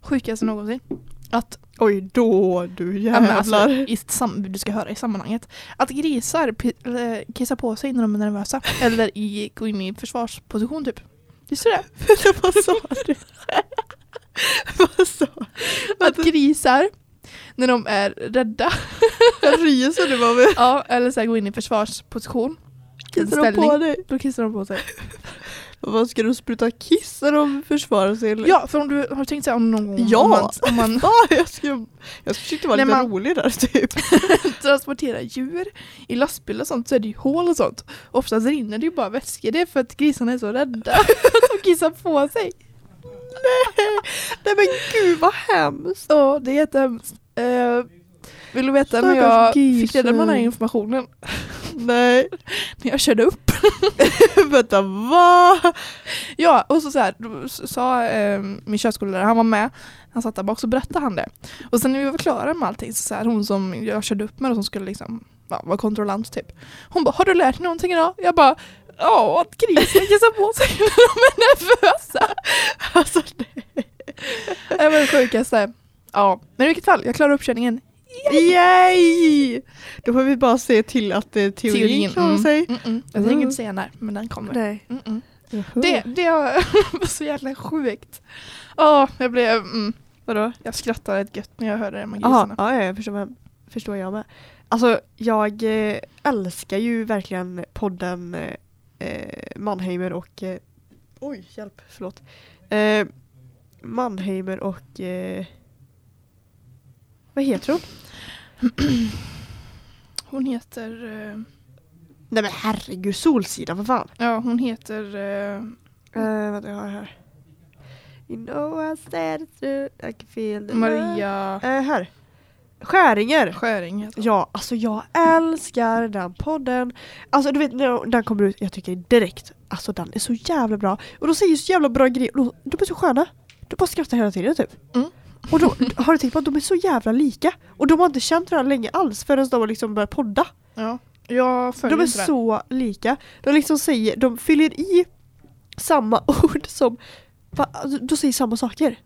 A: sjukaste någonsin. Att
B: Oj, då du
A: Ja, men alltså,
B: jävlar.
A: i sam- du ska höra i sammanhanget. Att grisar pi- eller kissar på sig när de är nervösa. Eller i, går in i försvarsposition typ. Visste du det?
B: Vad sa du? Vad sa du?
A: Att grisar, när de är rädda,
B: Jag ryser nu bara. men-
A: ja, eller så här, går in i försvarsposition.
B: Kissar de på dig?
A: Då kissar de på sig.
B: Vad ska de spruta kiss när de försvarar sig? eller?
A: Ja, för om du har du tänkt så här om någon gång
B: Ja.
A: om man, om man
B: Ja, jag, skulle, jag försökte vara
A: Nej,
B: lite
A: man-
B: rolig där typ.
A: transporterar djur i lastbil och sånt så är det ju hål och sånt. Oftast rinner det ju bara vätskor. Det är för att grisarna är så rädda att de kissar på sig.
B: Nej men gud vad hemskt.
A: Ja, det är jättehemskt. Eh, vill du veta när
B: Stackars
A: jag
B: grisar.
A: fick reda på den här informationen?
B: Nej.
A: När jag körde upp.
B: Vänta, va?
A: Ja, och så, så här, då s- sa eh, min körskollärare, han var med, han satt där bak, så berättade han det. Och sen när vi var klara med allting, så, så här, hon som jag körde upp med och som skulle liksom, ja, vara kontrollant typ. Hon bara, har du lärt dig någonting idag? Jag bara, ja, att grisar kissar på sig när de är nervösa.
B: Alltså, nej.
A: Det var det sjukaste. Ja, men i vilket fall, jag klarade uppkörningen.
B: Yay! Då får vi bara se till att eh, teorin, klarar
A: mm,
B: sig.
A: Mm, mm. Jag tänker inte säga när, men den kommer.
B: Nej.
A: Mm, mm. Det, det var så jävla sjukt. Ja, jag blev... Mm,
B: Vadå?
A: jag skrattade ett gött när jag hörde det med
B: Jaha,
A: grisarna.
B: ja, ja, jag förstår, vad- förstår jag med. Alltså jag eh, älskar ju verkligen podden eh, eh, Mannheimer och... Eh, oj, hjälp, förlåt. Eh, Mannheimer och... Eh, vad heter hon?
A: Hon heter... eh,
B: Nej men herregud, Solsidan för fan.
A: Ja, hon heter... eh,
B: Uh, vänta, jag har här. You know I said it through, I can feel the love.
A: Maria
B: Eh, här. Skäringer.
A: Skäring. Heter hon.
B: Ja, alltså jag älskar den podden. Alltså du vet, när den kommer ut, jag tycker direkt, alltså den är så jävla bra. Och de säger så jävla bra grejer, de, de är så sköna. Du bara skrattar hela tiden typ.
A: Mm.
B: Och då har du tänkt på att de är så jävla lika. Och de har inte känt varandra länge alls förrän de har liksom börjat podda.
A: Ja. Jag följer
B: De är
A: inte det.
B: så lika. De liksom säger, de fyller i samma ord som va, alltså, de säger samma saker.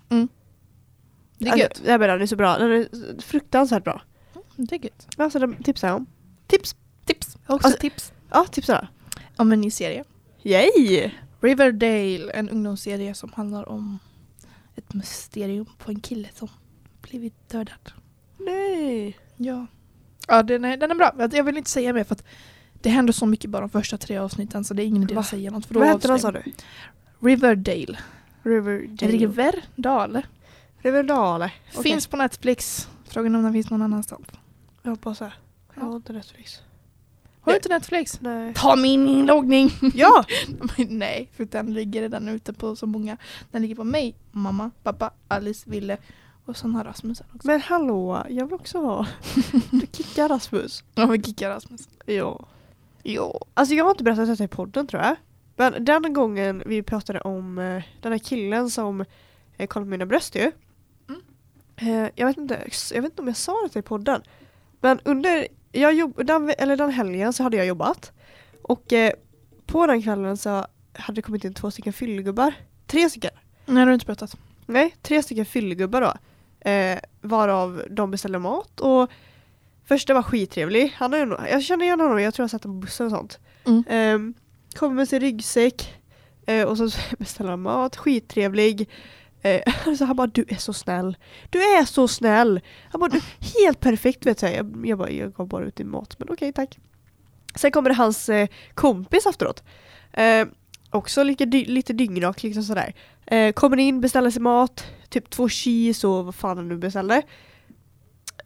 A: Det är gött.
B: Alltså, jag menar, den är så bra. Den är fruktansvärt bra.
A: Det är gött.
B: Alltså den tipsar jag om. Tips!
A: Tips. Jag har också
B: Alltså-
A: tips.
B: Ja, tipsarna.
A: Om en ny serie.
B: Yay!
A: Riverdale, en ungdomsserie som handlar om ett mysterium på en kille som blivit dödad.
B: Nej!
A: Ja, ja den, är, den är bra. Jag- Jag vill inte säga mer för att det händer så mycket bara de första tre avsnitten så det är ingen idé
B: Va?
A: att säga något. För då
B: Vad hette den sa
A: avslöjar-
B: du?
A: Riverdale.
B: Riverdale.
A: Riverdale.
B: Riverdale. Okej.
A: Finns på Netflix. Frågan är om den finns någon annanstans.
B: Jag hoppas det. Jag
A: Ja.
B: har inte Netflix.
A: Har du
B: Det-
A: inte Netflix?
B: Nej.
A: Ta min inloggning!
B: Ja!
A: Nej, för den ligger redan ute på så många. Den ligger på mig, mamma, pappa, Alice, Ville och sen har Rasmus här också.
B: Men hallå, jag vill också ha. Du kickar Rasmus.
A: Ja, vi kickar Rasmus.
B: Ja.
A: Jo.
B: Alltså jag har inte berättat detta i podden tror jag. Men den gången vi pratade om eh, den här killen som eh, kollade på mina bröst ju.
A: Mm.
B: Eh, jag, vet inte, ex- jag vet inte om jag sa detta i podden. Men under jag jobb, den, ve- eller den helgen så hade jag jobbat. Och eh, på den kvällen så hade det kommit in två stycken fyllgubbar. Tre stycken.
A: Nej, det har du inte pratat.
B: Nej, tre stycken fyllgubbar då. Eh, varav de beställde mat och första var skittrevlig. Han har ju, nog- jag känner igen honom, jag tror jag har sett honom på bussen och sånt.
A: Mm.
B: Ehm, kommer med sin ryggsäck eh, och så beställer han mat, skittrevlig. Eh, så han bara du är så snäll, du är så snäll. Han bara du helt perfekt vet jag. Jag, jag bara jag gav bara ut din mat men okej tack. Sen kommer det hans eh, kompis efteråt. Eh, också lite, dy- lite dyngrak liksom sådär. Eh, kommer in, beställer sig mat, typ två cheese och vad fan han nu beställde.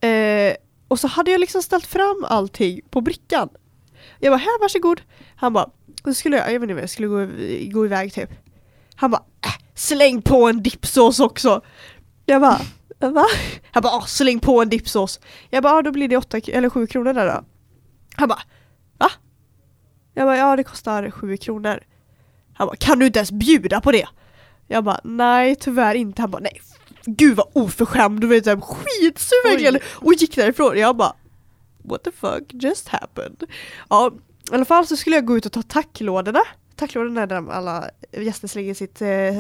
B: Eh, och så hade jag liksom ställt fram allting på brickan. Jag bara här, varsågod. Han bara, då skulle jag, jag vet inte vad jag skulle gå, gå iväg typ. Han bara, äh, släng på en dipsås också. Jag bara, va? Han bara, "Ah, släng på en dipsås. Jag bara, "Ah, då blir det åtta, k- eller sju kronor där då. Han bara, va? Jag bara, ja det kostar sju kronor. Han bara, kan du inte ens bjuda på det? Jag bara nej tyvärr inte. Han bara nej gud vad oförskämd. Du vet jag skitsur verkligen.
A: Oj.
B: Och gick därifrån. Jag bara what the fuck just happened. Ja i alla fall så skulle jag gå ut och ta tacklådorna. Tacklådorna är där alla gäster slänger sitt eh, eh,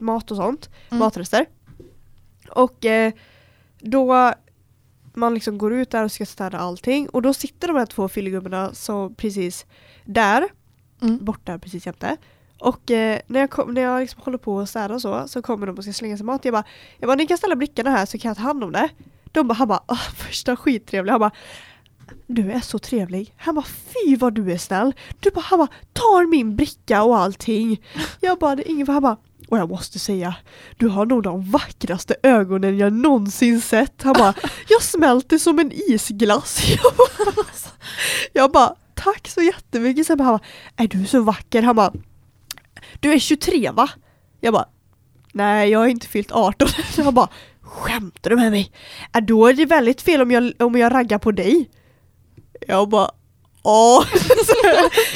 B: mat och sånt.
A: Mm.
B: Matrester. Och eh, då man liksom går ut där och ska städa allting och då sitter de här två fyllegubbarna så precis där
A: Mm.
B: borta precis jämte. Och eh, när jag, kom, när jag liksom håller på att städa och så, så kommer de och ska slänga sig mat. Jag bara, jag bara ni kan ställa blickarna här så kan jag ta hand om det. De bara, han bara, "Åh, första skittrevlig. Han bara, du är så trevlig. Han bara, fy vad du är snäll. Du bara, han bara, tar min bricka och allting. Jag bara, det är ingen fara. Han bara, och jag måste säga, du har nog de vackraste ögonen jag någonsin sett. Han bara, jag smälter som en isglass. Jag bara, jag bara tack så jättemycket. Sen bara, han bara, är du så vacker? Han bara, du är 23 va? Jag bara, nej jag har inte fyllt 18. Han bara, skämtar du med mig? Äh, då är det väldigt fel om jag, om jag raggar på dig. Jag bara, ja.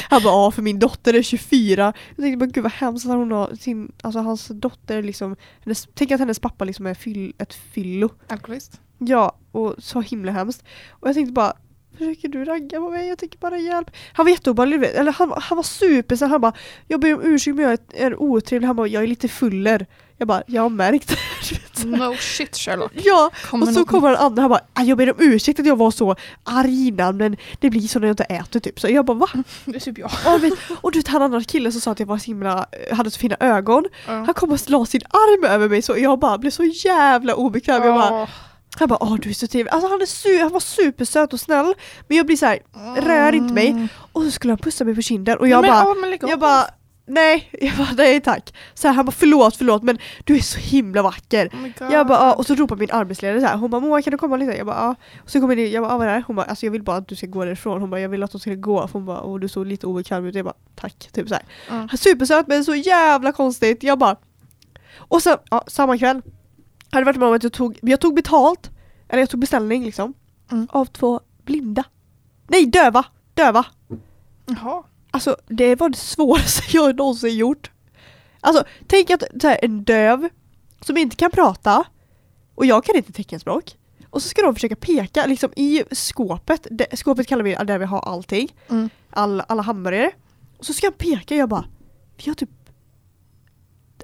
B: Han bara, ja för min dotter är 24. Jag tänkte bara, gud vad hemskt att hon har sin, alltså hans dotter är liksom, hennes, tänk att hennes pappa liksom är fyll, ett fyllo.
A: Alkoholist.
B: Ja, och så himla hemskt. Och jag tänkte bara, försöker du ragga på mig? Jag tänker bara hjälp. Han var jätteobehaglig, du vet. eller han, han var supersnäll. Han bara, jag ber om ursäkt men jag är- är otrevlig. Han bara, jag är lite fuller. Jag bara, jag har märkt det. Du vet, så här.
A: No shit Sherlock.
B: Ja,
A: Kommer
B: och så
A: någon-
B: kommer den andra han bara "Ah, jag ber om ursäkt att jag var så arg innan men det blir så när jag inte äter typ. Så jag bara va?
A: Det är typ jag.
B: Ja, men- Och du vet han andra killen som sa att jag var så himla, eh, hade så fina ögon. Han
A: Ja.
B: kom och la sin arm över mig så jag bara blev så jävla obekväm. Jag bara, han bara åh du är så trevlig. Alltså han, är su- han var supersöt och snäll men jag blir så här rör inte mig. Och så skulle han pussa mig på kinden och jag
A: men,
B: bara,
A: Mm. ja, men lägg av.
B: jag bara nej, jag bara nej tack. Så här, han bara förlåt förlåt men du är så himla vacker.
A: Oh my God.
B: Jag bara, "Ja." och så ropar min arbetsledare så här, hon bara Moa kan du komma lite? Jag bara ja. Och så kommer jag in, jag bara "Ja, vad är det här? Hon bara alltså jag vill bara att du ska gå därifrån. Hon bara jag vill att du ska gå. För hon bara åh du såg lite obekväm ut. Jag bara tack. Typ så här.
A: Mm.
B: Supersöt men så jävla konstigt. Jag bara och sen, ja, samma kväll hade varit med om att jag tog, jag tog betalt, eller jag tog beställning liksom,
A: Mm.
B: av två blinda. Nej, döva! Döva!
A: Jaha.
B: Alltså det var det svåraste jag någonsin gjort. Alltså tänk att så här, en döv som inte kan prata Och jag kan inte teckenspråk. Och så ska de försöka peka liksom i skåpet. Det, skåpet kallar vi där vi har allting.
A: Mm.
B: All, alla hamburgare. Och så ska jag peka och jag bara vi har typ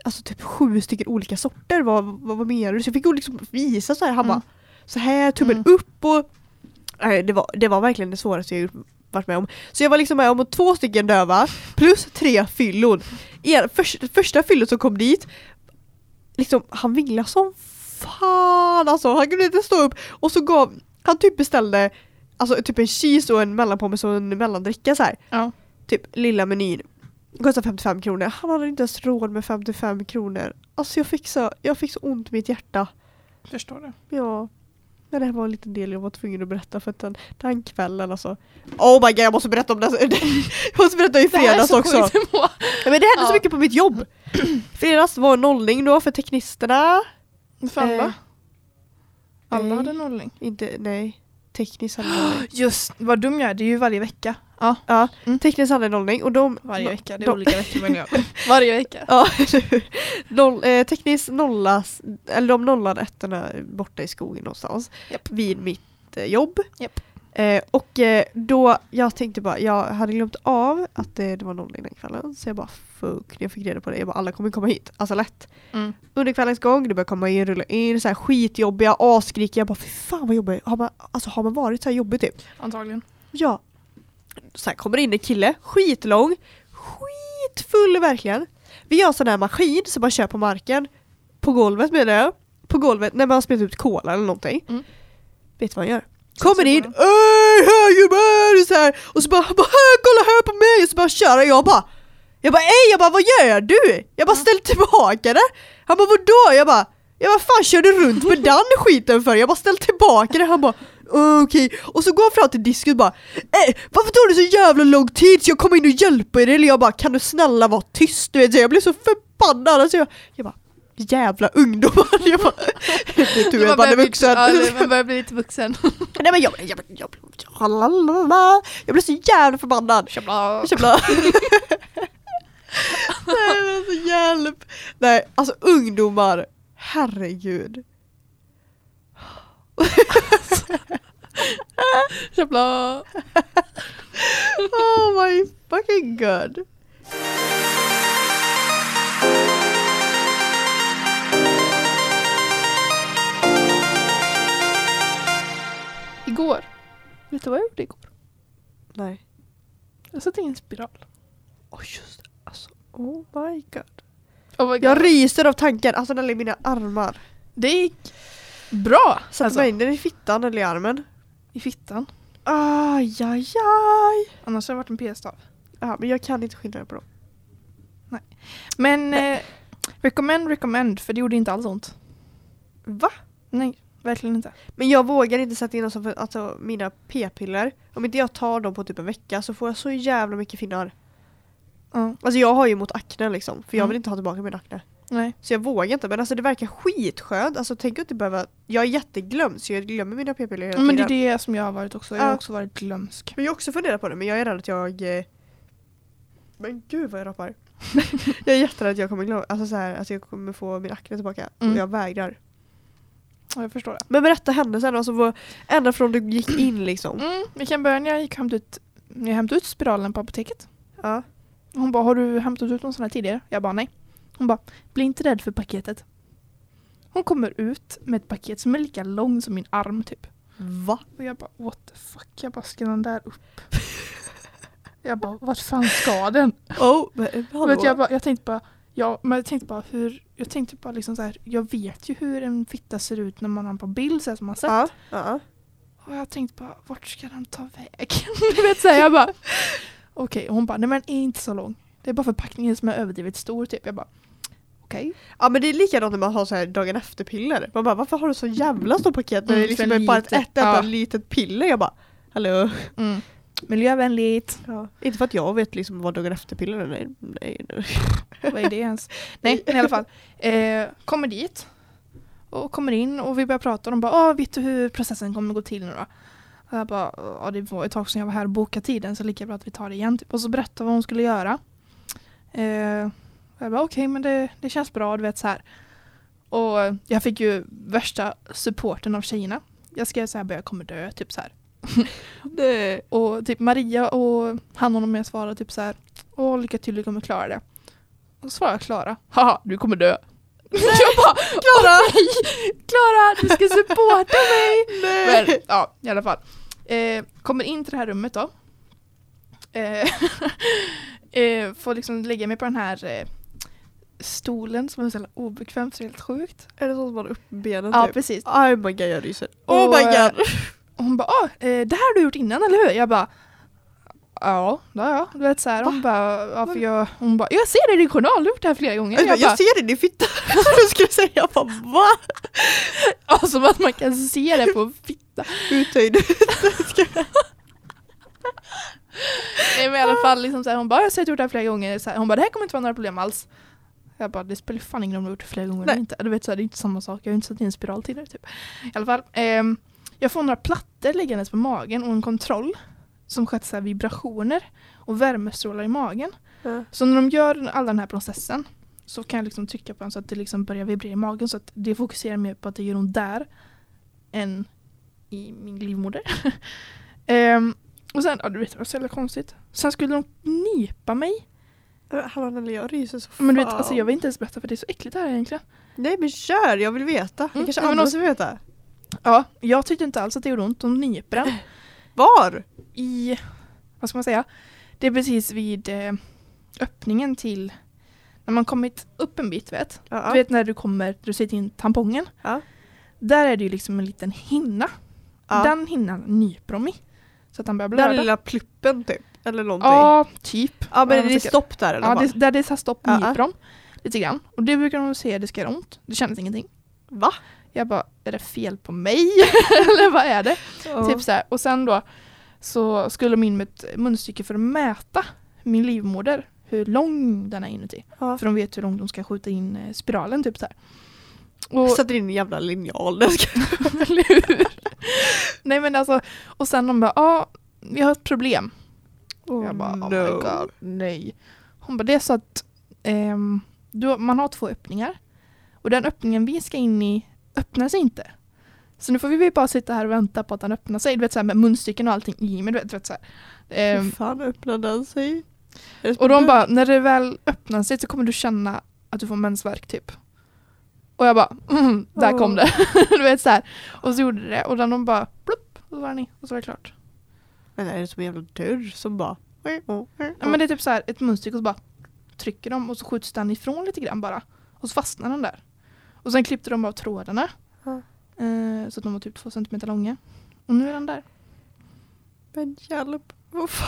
B: alltså typ sju stycken olika sorter. Vad, vad, vad menar du? Så jag fick ju liksom visa så här. Han
A: Mm.
B: bara så här tummen
A: Mm.
B: upp och nej, det, var, det var verkligen det svåraste jag gjort- varit med om. Så jag var liksom med om två stycken döva plus tre fyllon. Er, förs- första fyllon som kom dit, liksom han vinglade som fan alltså. Han kunde inte stå upp och så gav han typ beställde alltså typ en cheese och en mellanpommes och en mellandricka så här.
A: Ja.
B: Typ lilla menyn. Kostar 55 kronor. Han hade inte ens råd med 55 kronor. Alltså jag fick så, jag fick så ont i mitt hjärta.
A: Förstår det.
B: Ja. Men det här var en liten del jag var tvungen att berätta för att den, den kvällen alltså. Oh my god jag måste berätta om det. här. Jag måste berätta i fredags också.
A: sjukt nivå.
B: Nej, Men det hände så
A: Ja.
B: mycket på mitt jobb. Fredags var nollning då för teknisterna.
A: För alla.
B: Eh, Mm.
A: alla
B: nej.
A: hade nollning.
B: Inte, nej. Tekniskt hade nollning.
A: Just vad dum jag är, det är ju varje vecka. Ja,
B: Ja,
A: Mm.
B: tekniskt hade nollning och de...
A: varje vecka. Det är
B: de-
A: olika veckor men jag. Varje vecka.
B: Ja, eller hur? Noll, eh, tekniskt nollas, eller de nollade ettorna borta i skogen någonstans
A: Japp.
B: vid mitt eh, jobb.
A: Japp.
B: Eh, och eh, då, jag tänkte bara, jag hade glömt av att eh, det var nollning den kvällen så jag bara fuck, jag fick reda på det. Jag bara alla kommer komma hit, alltså lätt.
A: Mm.
B: Under kvällens gång, det börjar komma in, rulla in, så här skitjobbiga, asgrikiga. Jag bara fy fan vad jobbigt. Har man, alltså har man varit så här jobbig typ?
A: Antagligen.
B: Ja. Så här kommer det in en kille, skitlång, skitfull verkligen. Vi har sån här maskin som man kör på marken, på golvet menar jag. På golvet när man har spelat ut cola eller någonting.
A: Mm.
B: Vet du vad han gör?
A: Satsar
B: Kommer in,
A: på
B: Öj, hej gubben! Så här, Och så bara, bara "Hej, kolla här på mig! Och så bara köra jag bara Jag bara ej, jag bara vad gör du? Jag bara ställ tillbaka det! Han bara vadå? Jag bara jag bara fan kör du runt med den skiten för? Jag bara ställ tillbaka det, han bara "Åh, okej Och så går han fram till disken och bara eh, varför tar det så jävla lång tid så jag kommer in och hjälper er? Eller jag bara kan du snälla vara tyst? Du vet, så jag blev så förbannad alltså jag, jag bara jävla ungdomar! Jag bara, det är tur att man
A: börjar
B: är
A: bli-
B: vuxen!
A: Ja, det- man börjar bli lite vuxen.
B: Nej men jag, jag, jag, jag, lalalala. jag blev så jävla förbannad.
A: Tjabla.
B: Jag blev- Nej men alltså hjälp. Nej alltså ungdomar, herregud.
A: Tjabla.
B: Oh my fucking god.
A: Igår, vet du vad jag gjorde igår?
B: Nej.
A: Jag satte in en spiral.
B: Oh just det. alltså oh my god.
A: Oh my God.
B: Jag ryser av tanken, alltså den ligger i mina armar.
A: Det gick bra
B: Satte
A: alltså,
B: mig in den i fittan eller i armen.
A: i fittan.
B: Aj aj aj.
A: Annars hade det varit en p-stav.
B: Ja, men jag kan inte skilja på dem.
A: Men eh, recommend, recommend, för det gjorde inte alls ont.
B: Va?
A: Nej, verkligen inte.
B: Men jag vågar inte sätta in dem som för, alltså, mina p-piller. Om inte jag tar dem på typ en vecka så får jag så jävla mycket finnar.
A: Ja,
B: Alltså jag har ju mot akne liksom, för jag
A: Mm.
B: vill inte ha tillbaka min akne.
A: nej.
B: Så jag vågar inte, men alltså det verkar skitskönt. Alltså tänk att inte behöva... Jag är jätteglömd så jag glömmer mina p-piller hela
A: Men det
B: tiden.
A: är det som jag har varit också. Jag har
B: Ja.
A: också varit glömsk.
B: Men jag har också funderat på det, men jag är rädd att jag... eh, Men gud vad jag rapar. jag är jätterädd att jag kommer glömma, alltså så här, att jag kommer få min akne tillbaka.
A: Mm.
B: Och jag vägrar.
A: Ja, jag förstår det.
B: Men berätta händelsen, alltså vad- ända från du gick in liksom.
A: Mm, vi kan börja när jag gick och hämtade ut, när jag hämtade ut spiralen på apoteket.
B: Ja.
A: Hon bara, har du hämtat ut någon sån här tidigare? Jag bara, nej. Hon bara, bli inte rädd för paketet. Hon kommer ut med ett paket som är lika lång som min arm typ.
B: Va?
A: Och jag bara, what the fuck? Jag bara, ska den där upp? jag bara, vart fan ska den?
B: Oh, men, hallå.
A: Vet, jag, bara, jag tänkte bara, ja, men jag tänkte bara hur, jag tänkte bara liksom så här, jag vet ju hur en fitta ser ut när man har den på bild så här, som man sett.
B: Ja, ja.
A: Och jag tänkte bara, vart ska den ta vägen? du vet så här, jag bara, okej, Och hon bara, nej men den är inte så lång. Det är bara förpackningen som är överdrivet stor typ. Jag bara, okej.
B: Ja men det är likadant när man har så här dagen efter piller. Man bara varför har du så jävla stort paket när det
A: Mm,
B: liksom
A: för
B: är bara ett,
A: litet.
B: ett enda
A: Ja.
B: litet piller? Jag bara hallå?
A: Mm. Miljövänligt.
B: Inte för att jag vet liksom vad dagen efter piller är. Nej, nej, nej.
A: Vad är det ens? Nej, men i alla fall. Eh, kommer dit. Och kommer in och vi börjar prata och de bara, ah, vet du hur processen kommer gå till nu då? Och jag bara, ja det var ett tag sedan jag var här och bokade tiden så lika bra att vi tar det igen. Typ. Och så berättade hon vad hon skulle göra. Eh, och jag bara, okej men det, det känns bra, du vet så här. Och jag fick ju värsta supporten av tjejerna. Jag skrev så här, "Bö, jag kommer dö, typ så här. det, och typ Maria och Hanna och de jag svarade typ så här, åh lycka till, du kommer klara det. Och så svarade Klara, haha, du kommer dö. jag bara, Klara! Klara, du ska supporta mig! Men ja, i alla fall. Eh, kommer in till det här rummet då. Eh, eh, får liksom lägga mig på den här eh, stolen som är så jävla obekväm så det är helt sjukt.
B: Är det sånt man upp benen
A: Ja,
B: typ?
A: precis.
B: Oh my god jag ryser. Oh
A: Och,
B: my
A: eh,
B: god.
A: Och hon bara, ah, eh, det här har du gjort innan eller hur? Jag bara, ja, det har jag. Du vet så här, hon bara, ja, för jag, hon bara, jag ser det i din journal, du har gjort det här flera gånger.
B: Jag,
A: Jag bara,
B: ser det, det är fitta. jag skulle säga jag bara va?
A: ja, som att man kan se det på fitta.
B: Uthöjd.
A: Nej men i alla fall, liksom så här, hon bara, jag ser att du har gjort det här flera gånger. Så här, hon bara, det här kommer inte vara några problem alls. Jag bara, det spelar fan ingen roll om du har gjort det flera gånger eller
B: Nej.
A: inte. Du vet, så här, det är inte samma sak, jag har ju inte satt in en spiral tidigare. Typ. I alla fall, ehm, jag får några plattor liggandes på magen och en kontroll som sköter så här, vibrationer och värmestrålar i magen. Så när de gör all den här processen så kan jag liksom trycka på den så att det liksom börjar vibrera i magen så att det fokuserar mer på att det gör ont där än i min livmoder. Ehm, och sen, ja du vet det var så jävla konstigt. Sen skulle de knipa mig.
B: Hallå eller jag ryser så fan.
A: Men du vet, alltså, jag vill inte ens berätta för det är så äckligt det här egentligen.
B: Nej men kör, jag vill veta. Det
A: Mm,
B: kanske
A: men
B: andra
A: också-
B: vill veta.
A: Ja, jag tyckte inte alls att det gjorde ont. De nyper den
B: Var?
A: i, vad ska man säga, det är precis vid eh, öppningen till när man kommit upp en bit vet.
B: Ja.
A: Du vet när du kommer, du sätter in tampongen.
B: Ja.
A: Där är det ju liksom en liten hinna.
B: Ja.
A: Den hinnan nyper de i. Så att han börjar blöda.
B: Den lilla pluppen typ. Eller någonting.
A: ja, typ.
B: Ja
A: Ja,
B: men det är
A: säkert.
B: stopp där eller
A: Ja,
B: vad?
A: det, där det sa stopp
B: Ja, ja.
A: nyper de. Lite grann. Och det brukar de säga, det ska göra ont. Det kändes ingenting.
B: Va?
A: Jag bara, är det fel på mig? Eller vad är det? Typ så här. Och sen då så skulle de in med ett munstycke för att mäta min livmoder. Hur lång den är inuti.
B: Ja.
A: För de vet hur långt de ska skjuta in eh, spiralen typ så här. Och,
B: Sätter in en jävla linjal. Jag ska-
A: Eller hur? Nej men alltså, och sen de bara, ja, ah, vi har ett problem. Och jag bara, oh my
B: no.
A: god, nej. Hon bara, det är så att ehm, du, man har två öppningar. Och den öppningen vi ska in i öppnar sig inte. Så nu får vi bara sitta här och vänta på att den öppnar sig. Du vet så här med munstycken och allting i men du vet, du vet så här. Ehm,
B: Hur fan öppnade den sig? Är det-
A: och de bara, när det väl öppnar sig så kommer du känna att du får mensvärk typ. Och jag bara, mm, där kom
B: Åh.
A: det. du vet så här. Och så gjorde det och den de bara, plupp, och så var den i och så var det klart.
B: Men är det som en jävla dörr som bara...
A: Ja, men det är typ så här ett munstycke och så bara trycker de och så skjuts den ifrån lite grann bara. Och så fastnar den där. Och sen klippte de av trådarna.
B: Ja.
A: Eh, så att de var typ två centimeter långa. Och nu är den där.
B: Men hjälp. Vad fan?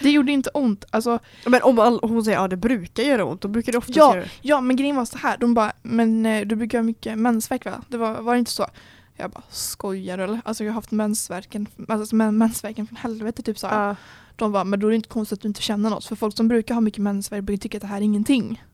A: Det gjorde inte ont. Alltså,
B: Men om all, om hon säger att ja, det brukar göra ont, då brukar det ofta
A: Ja.
B: göra ont.
A: ja men grejen var så här. De bara, men eh, du brukar ha mycket mensvärk va? Det var, var det inte så? Jag bara, skojar du eller? Alltså jag har haft mensvärken, alltså, men, mensvärken från helvete typ så här.
B: Ja.
A: De bara, men då är det inte konstigt att du inte känner något. För folk som brukar ha mycket mensvärk brukar tycka att det här är ingenting.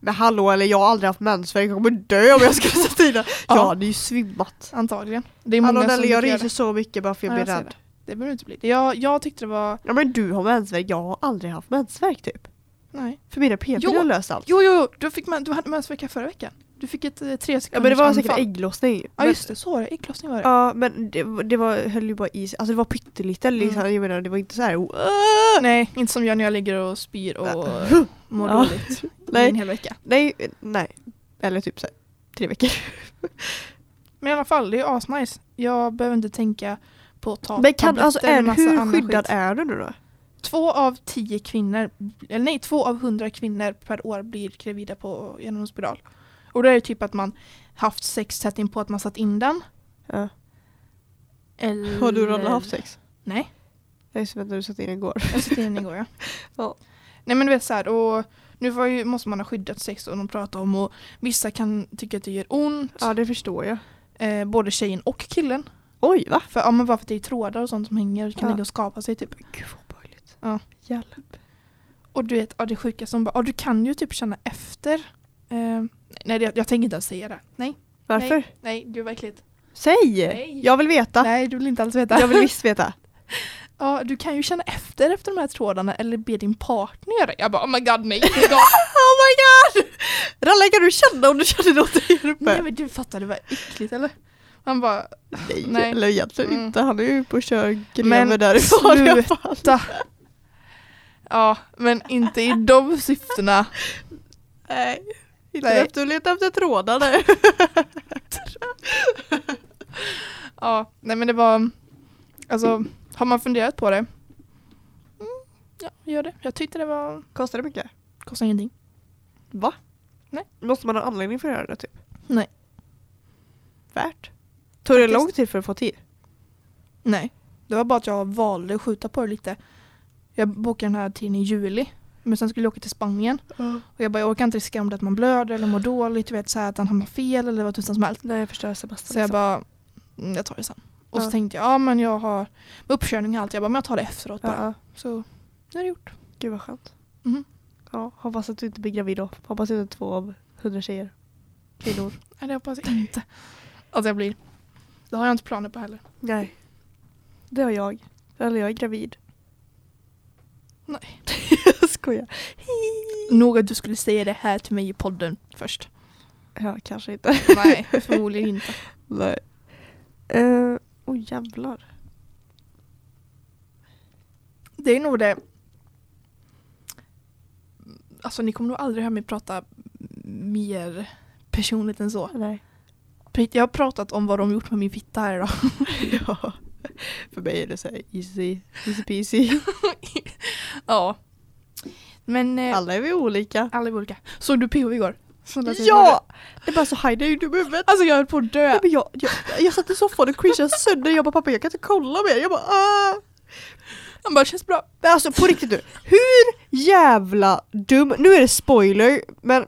B: Men hallå, eller jag har aldrig haft mensvärk, jag kommer dö om jag ska sätta in det.
A: Ja.
B: Jag hade ju svimmat.
A: Antagligen. Det är
B: Hallå
A: många
B: Nelly,
A: som
B: jag
A: tycker
B: ryser så mycket bara för jag
A: Ja,
B: blir
A: jag ser
B: rädd.
A: Det behöver du inte bli. Jag, jag tyckte det var...
B: Ja men du har mensvärk, jag har aldrig haft mensvärk typ.
A: Nej.
B: För mina p-piller
A: Jo.
B: har löst allt.
A: Jo, jo, jo. Du, fick, men- du hade mensvärk här förra veckan. Du fick ett eh, tre sekunders
B: Ja men det var säkert
A: anfall.
B: ägglossning.
A: Ja, just det. Så var det. Ägglossning var det.
B: Ja men det, var- det var, höll ju bara i sig. Alltså det var pyttelite,
A: Mm.
B: liksom. jag menar det var inte så här.
A: Nej, inte som jag när jag ligger och spyr och mår
B: Äh. Ja.
A: dåligt i
B: Nej.
A: en hel vecka.
B: Nej, nej. Eller typ så här, tre veckor.
A: Men i alla fall, det är asnice. Jag behöver inte tänka på att ta
B: Men kan,
A: tabletter
B: alltså,
A: och
B: är,
A: massa
B: hur
A: annan
B: skyddad
A: skit.
B: är du nu då?
A: Två av tio kvinnor, eller nej, två av hundra kvinnor per år blir gravida på, genom en spiral. Och då är det typ att man haft sex tätt in på att man satt in den.
B: Ja.
A: Eller...
B: Har du redan haft sex?
A: Nej.
B: Nej, så vänta du satte in den igår.
A: Jag satt in igår ja.
B: Ja.
A: Nej men du vet så här, och nu var ju, måste man ha skyddat sex och de pratar om och vissa kan tycka att det gör ont,
B: Ja, det förstår jag.
A: eh, både tjejen och killen.
B: Oj, va?
A: För, ja, men bara för att det är trådar och sånt som hänger och kan
B: Ja.
A: ligga och skapa sig typ.
B: Gud vad obehagligt.
A: Ja.
B: Hjälp.
A: Och du vet, ja, det sjuka som bara, ja, du kan ju typ känna efter. Eh, nej det, jag tänker inte ens säga det. Nej,
B: Varför?
A: nej, gud vad äckligt.
B: Säg!
A: Nej.
B: Jag vill veta.
A: Nej, du vill inte alls veta.
B: Jag vill visst veta.
A: Ja, du kan ju känna efter efter de här trådarna eller be din partner göra det. Jag bara, oh my god nej. Det är gott.
B: Oh my god! Ralla kan du känna om du känner något där
A: Nej
B: uppe?
A: men du fattar, det var äckligt eller? Man bara,
B: Nej,
A: Nej.
B: eller egentligen
A: Mm.
B: inte. Han är ju ute och kör grever
A: Men
B: därifrån i alla
A: sluta.
B: fall.
A: ja men inte i de syftena.
B: Nej, inte
A: Nej.
B: efter att leta efter trådar där.
A: Ja, nej men det var, alltså har man funderat på det? Mm, ja, gör det. Jag tyckte det var,
B: Kostar det mycket?
A: kostar ingenting.
B: Va?
A: Nej.
B: Måste man ha anledning för att göra det typ?
A: Nej.
B: Värt? Tog det
A: Faktiskt.
B: lång tid för att få tid?
A: Nej, det var bara att jag valde att skjuta på det lite. Jag bokade den här tiden i juli, men sen skulle jag åka till Spanien. Och jag bara, jag orkar inte riskera om det att man blöder eller mår dåligt, du vet så här att han hamnar fel eller vad tusan som helst.
B: Nej jag förstör semestern. liksom.
A: Så jag bara, mm, jag tar det sen. Och så
B: Ja.
A: tänkte jag, Liksom. ja men jag har med uppkörning och allt, jag bara, men jag tar det efteråt bara. Så nu är det gjort.
B: Gud vad skönt.
A: Mhm.
B: Ja, hoppas att du inte blir gravid då. Hoppas inte två av hundra tjejer. Kvinnor.
A: Nej det hoppas jag inte. Alltså jag blir, det har jag inte planer på heller.
B: Nej. Det har jag. Eller jag är gravid.
A: Nej.
B: jag skojar.
A: Nog att du skulle säga det här till mig i podden först.
B: Ja, kanske inte.
A: Nej, förmodligen inte.
B: Nej. Eh, Oj jävlar.
A: Det är nog det. Alltså ni kommer nog aldrig höra mig prata mer personligt än så.
B: Nej.
A: Jag har pratat om vad de gjort med min fitta här idag.
B: ja. För mig är det så här easy, easy peasy.
A: Ja. Men eh,
B: Alla är vi olika.
A: alla är olika. Såg du PH igår? Snälla, säg vad
B: Ja! Det är bara så haj, det är ju dum i huvudet.
A: du- Alltså jag höll på att dö.
B: Nej, men jag, jag, jag satt i soffan och cringeade sönder. Jag bara pappa jag kan inte kolla mer. Jag bara ah.
A: Han bara känns bra.
B: Men alltså på riktigt nu. Hur jävla dum. Nu är det spoiler men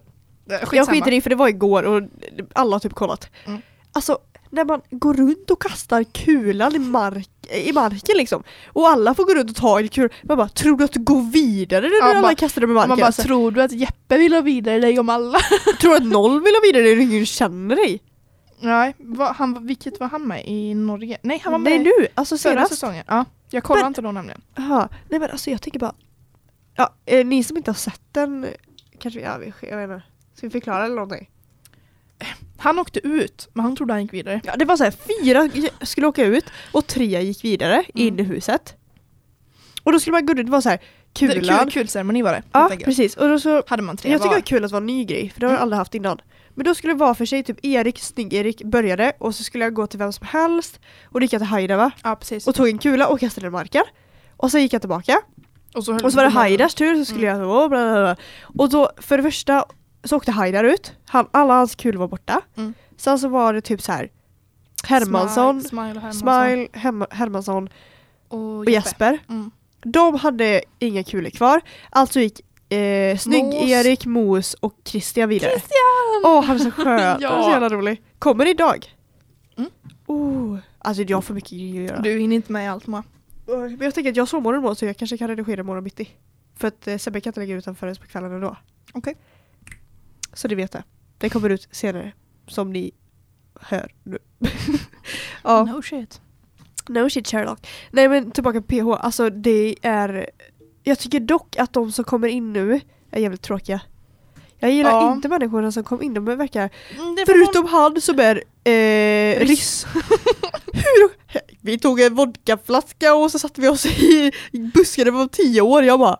A: Eh,
B: jag skiter i för det var igår och alla har typ kollat.
A: Mm.
B: Alltså när man går runt och kastar kulan i, mark, i marken liksom. Och alla får gå runt och ta i kulan. Man bara tror du att du går vidare när
A: Ja,
B: alla
A: bara-
B: kastar dem i marken?
A: Man bara,
B: alltså,
A: tror du att Jeppe vill ha vidare dig om alla?
B: tror du att noll vill ha vidare när ingen känner dig?
A: Nej, vad, han, vilket var han med i Norge? Nej, han var med
B: Nej nu, alltså
A: förra
B: senast.
A: säsongen. Ja, jag kollade
B: Men-
A: inte då nämligen.
B: Jaha, nej men alltså jag tänker bara ja, eh, Ni som inte har sett den eh, Kanske vi, ja, vi, jag vet inte Ska vi förklara eller någonting?
A: Han åkte ut, men han trodde han gick vidare.
B: Ja det var så här, fyra g- skulle åka ut Och tre gick vidare in i huset Och då skulle man gå runt, det var så här
A: Det-
B: Kulan
A: Kul, kul ceremoni var det.
B: Ja
A: helt enkelt.
B: precis, och då så
A: Hade man tre
B: Jag tycker det
A: var.
B: är kul att vara en ny grej, för det har jag
A: Mm.
B: aldrig haft innan. Men då skulle det vara för sig, typ Erik, Snygg-Erik började och så skulle jag gå till vem som helst och då gick jag till Haida va?
A: Ja, precis.
B: Och tog en kula och kastade den i marken. Och sen gick jag tillbaka
A: och så, höll-
B: Och så var det Haidars tur så skulle
A: Mm.
B: jag så, bla, bla, bla. Och då för det första så åkte Haidar ut. Han, alla hans kulor var borta.
A: Mm.
B: Sen så var det typ så här Hermansson,
A: Smile, smile och Hermansson.
B: Smile, Hem- Hermansson
A: och
B: och Jesper.
A: Mm.
B: De hade inga kulor kvar. Alltså gick eh,
A: Mos.
B: Snygg-Erik, Mos och Christian vidare.
A: Christian!
B: Åh han är så skön,
A: Ja.
B: han är så jävla rolig. Kommer idag.
A: Mm.
B: Oh, alltså jag har för mycket grejer att göra.
A: Du hinner inte med allt Moa.
B: Men jag tänker att jag sover imorgon så jag kanske kan redigera imorgon bitti. För att eh, Sebbe kan inte lägga ut den förrän på kvällen ändå.
A: Okej.
B: Så det vet jag. Den kommer ut senare. Som ni hör nu. ja.
A: No shit.
B: No shit Sherlock. Nej men tillbaka på PH, alltså det är... Jag tycker dock att de som kommer in nu är jävligt tråkiga. Jag gillar
A: Ja.
B: inte människorna som kom in, de verkar...
A: Mm, det är
B: Förutom han som är eh,
A: Ryss.
B: ryss. Hur? Vi tog en vodkaflaska och så satte vi oss i busken när vi var tio år. Jag bara...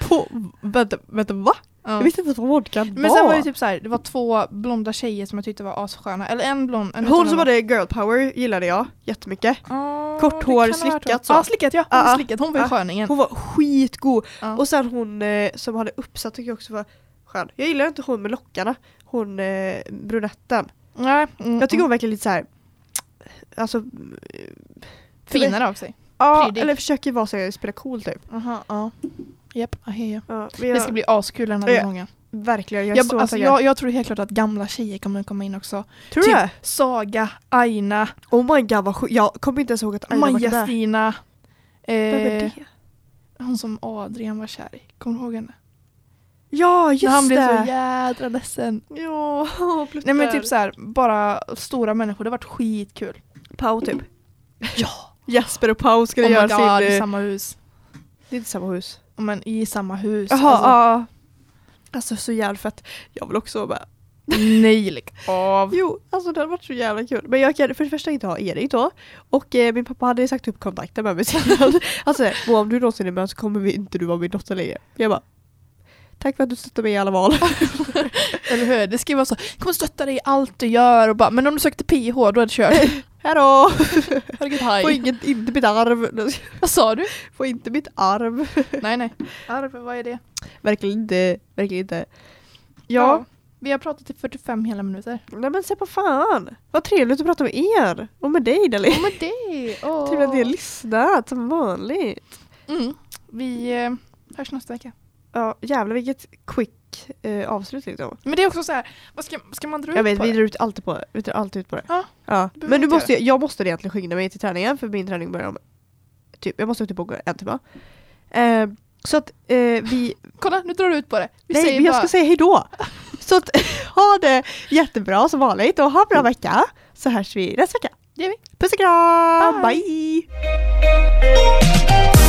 B: På, vänta, vänta va?
A: Ja.
B: Jag visste inte ens vad vodka
A: Men
B: var.
A: sen var det typ så här, det var två blonda tjejer som jag tyckte var assköna. Eller en blond. En
B: Hon som hade girl power gillade jag jättemycket.
A: oh,
B: kort hår, slickat så.
A: Ja, slickat ja. Hon,
B: Ja, ja.
A: slickat. hon var ju
B: Ja.
A: sköningen.
B: Hon var skitgod.
A: Ja.
B: Och sen hon eh, som hade uppsatt tycker jag också var skön. Jag gillar inte hon med lockarna. Hon eh, brunetten.
A: Nej, mm,
B: Jag tycker
A: mm.
B: hon verkar lite så här. Alltså, mm,
A: finare av sig.
B: ja,
A: Prydlig.
B: eller försöker vara så här, spela cool typ.
A: Aha, ja. Japp, jag hejar.
B: Ja, men jag,
A: Det ska bli askul den här
B: Ja.
A: säsongen.
B: Verkligen, jag är
A: Jag,
B: så
A: alltså,
B: taggad.
A: jag, jag tror helt klart att gamla tjejer kommer komma in också.
B: tror
A: typ-
B: du det?
A: Saga, Aina,
B: Oh my god vad sjukt. Jag kommer inte ens ihåg att Aina var
A: Maja,
B: där.
A: Stina.
B: Vem är
A: Eh,
B: det?
A: hon som Adrian var kär i. Kommer du ihåg henne?
B: Ja just
A: När han
B: det!
A: blev så jädra ledsen.
B: Ja, pluttar.
A: Nej men typ såhär, bara stora människor. Det har varit skitkul.
B: Pau typ.
A: Ja!
B: Jesper och Pau skulle
A: Oh my
B: göra
A: god,
B: sin...
A: i
B: eh,
A: samma hus.
B: Det är inte samma hus.
A: Ja, Men i samma hus.
B: Jaha,
A: alltså,
B: ja. Alltså så jävla fett. Jag vill också bara,
A: Nej,
B: liksom.
A: lägg av.
B: jo, alltså det hade varit så jävla kul. Men jag kan för det första inte ha Erik då. Och eh, min pappa hade ju sagt upp kontakten med mig sedan. alltså "Moa, om du någonsin är med så kommer vi inte du vara min dotter längre. Jag bara, tack för att du stöttar mig i alla val.
A: Eller hur? Det ska ju vara så, jag kommer stötta dig i allt du gör och bara, men om du sökte PH då är det kört.
B: Hejdå!
A: Har du
B: Få
A: haj?
B: inget, inte mitt arv.
A: Vad sa du?
B: Få inte mitt arv.
A: Nej, nej. Arv, vad är det?
B: Verkligen inte, verkligen inte.
A: Ja. Vi har pratat i 45 hela minuter.
B: Nej men se på fan! Vad trevligt att prata med er! Och med dig Dali!
A: Och med dig! Åh.
B: Trevligt att ni har lyssnat som vanligt!
A: Mm. Vi eh, hörs nästa vecka.
B: Ja jävlar vilket quick eh, avslut liksom.
A: Men det är också så här, vad ska, ska man dra
B: Jag
A: ut
B: vet,
A: på
B: vi
A: det?
B: drar ut alltid på, vi drar alltid ut på det.
A: Ja, behöver
B: Men du
A: inte
B: måste, jag måste egentligen skynda mig till träningen för min träning börjar om typ, jag måste typ åka en timme. Eh, så att eh, vi,
A: Kolla, nu drar du ut på det. Vi
B: nej
A: säger
B: men jag
A: bara,
B: ska säga hejdå! så att ha det jättebra som vanligt och ha en bra
A: Mm.
B: vecka! Så hörs vi nästa vecka!
A: Det gör vi.
B: Puss och kram!
A: Bye.
B: Bye.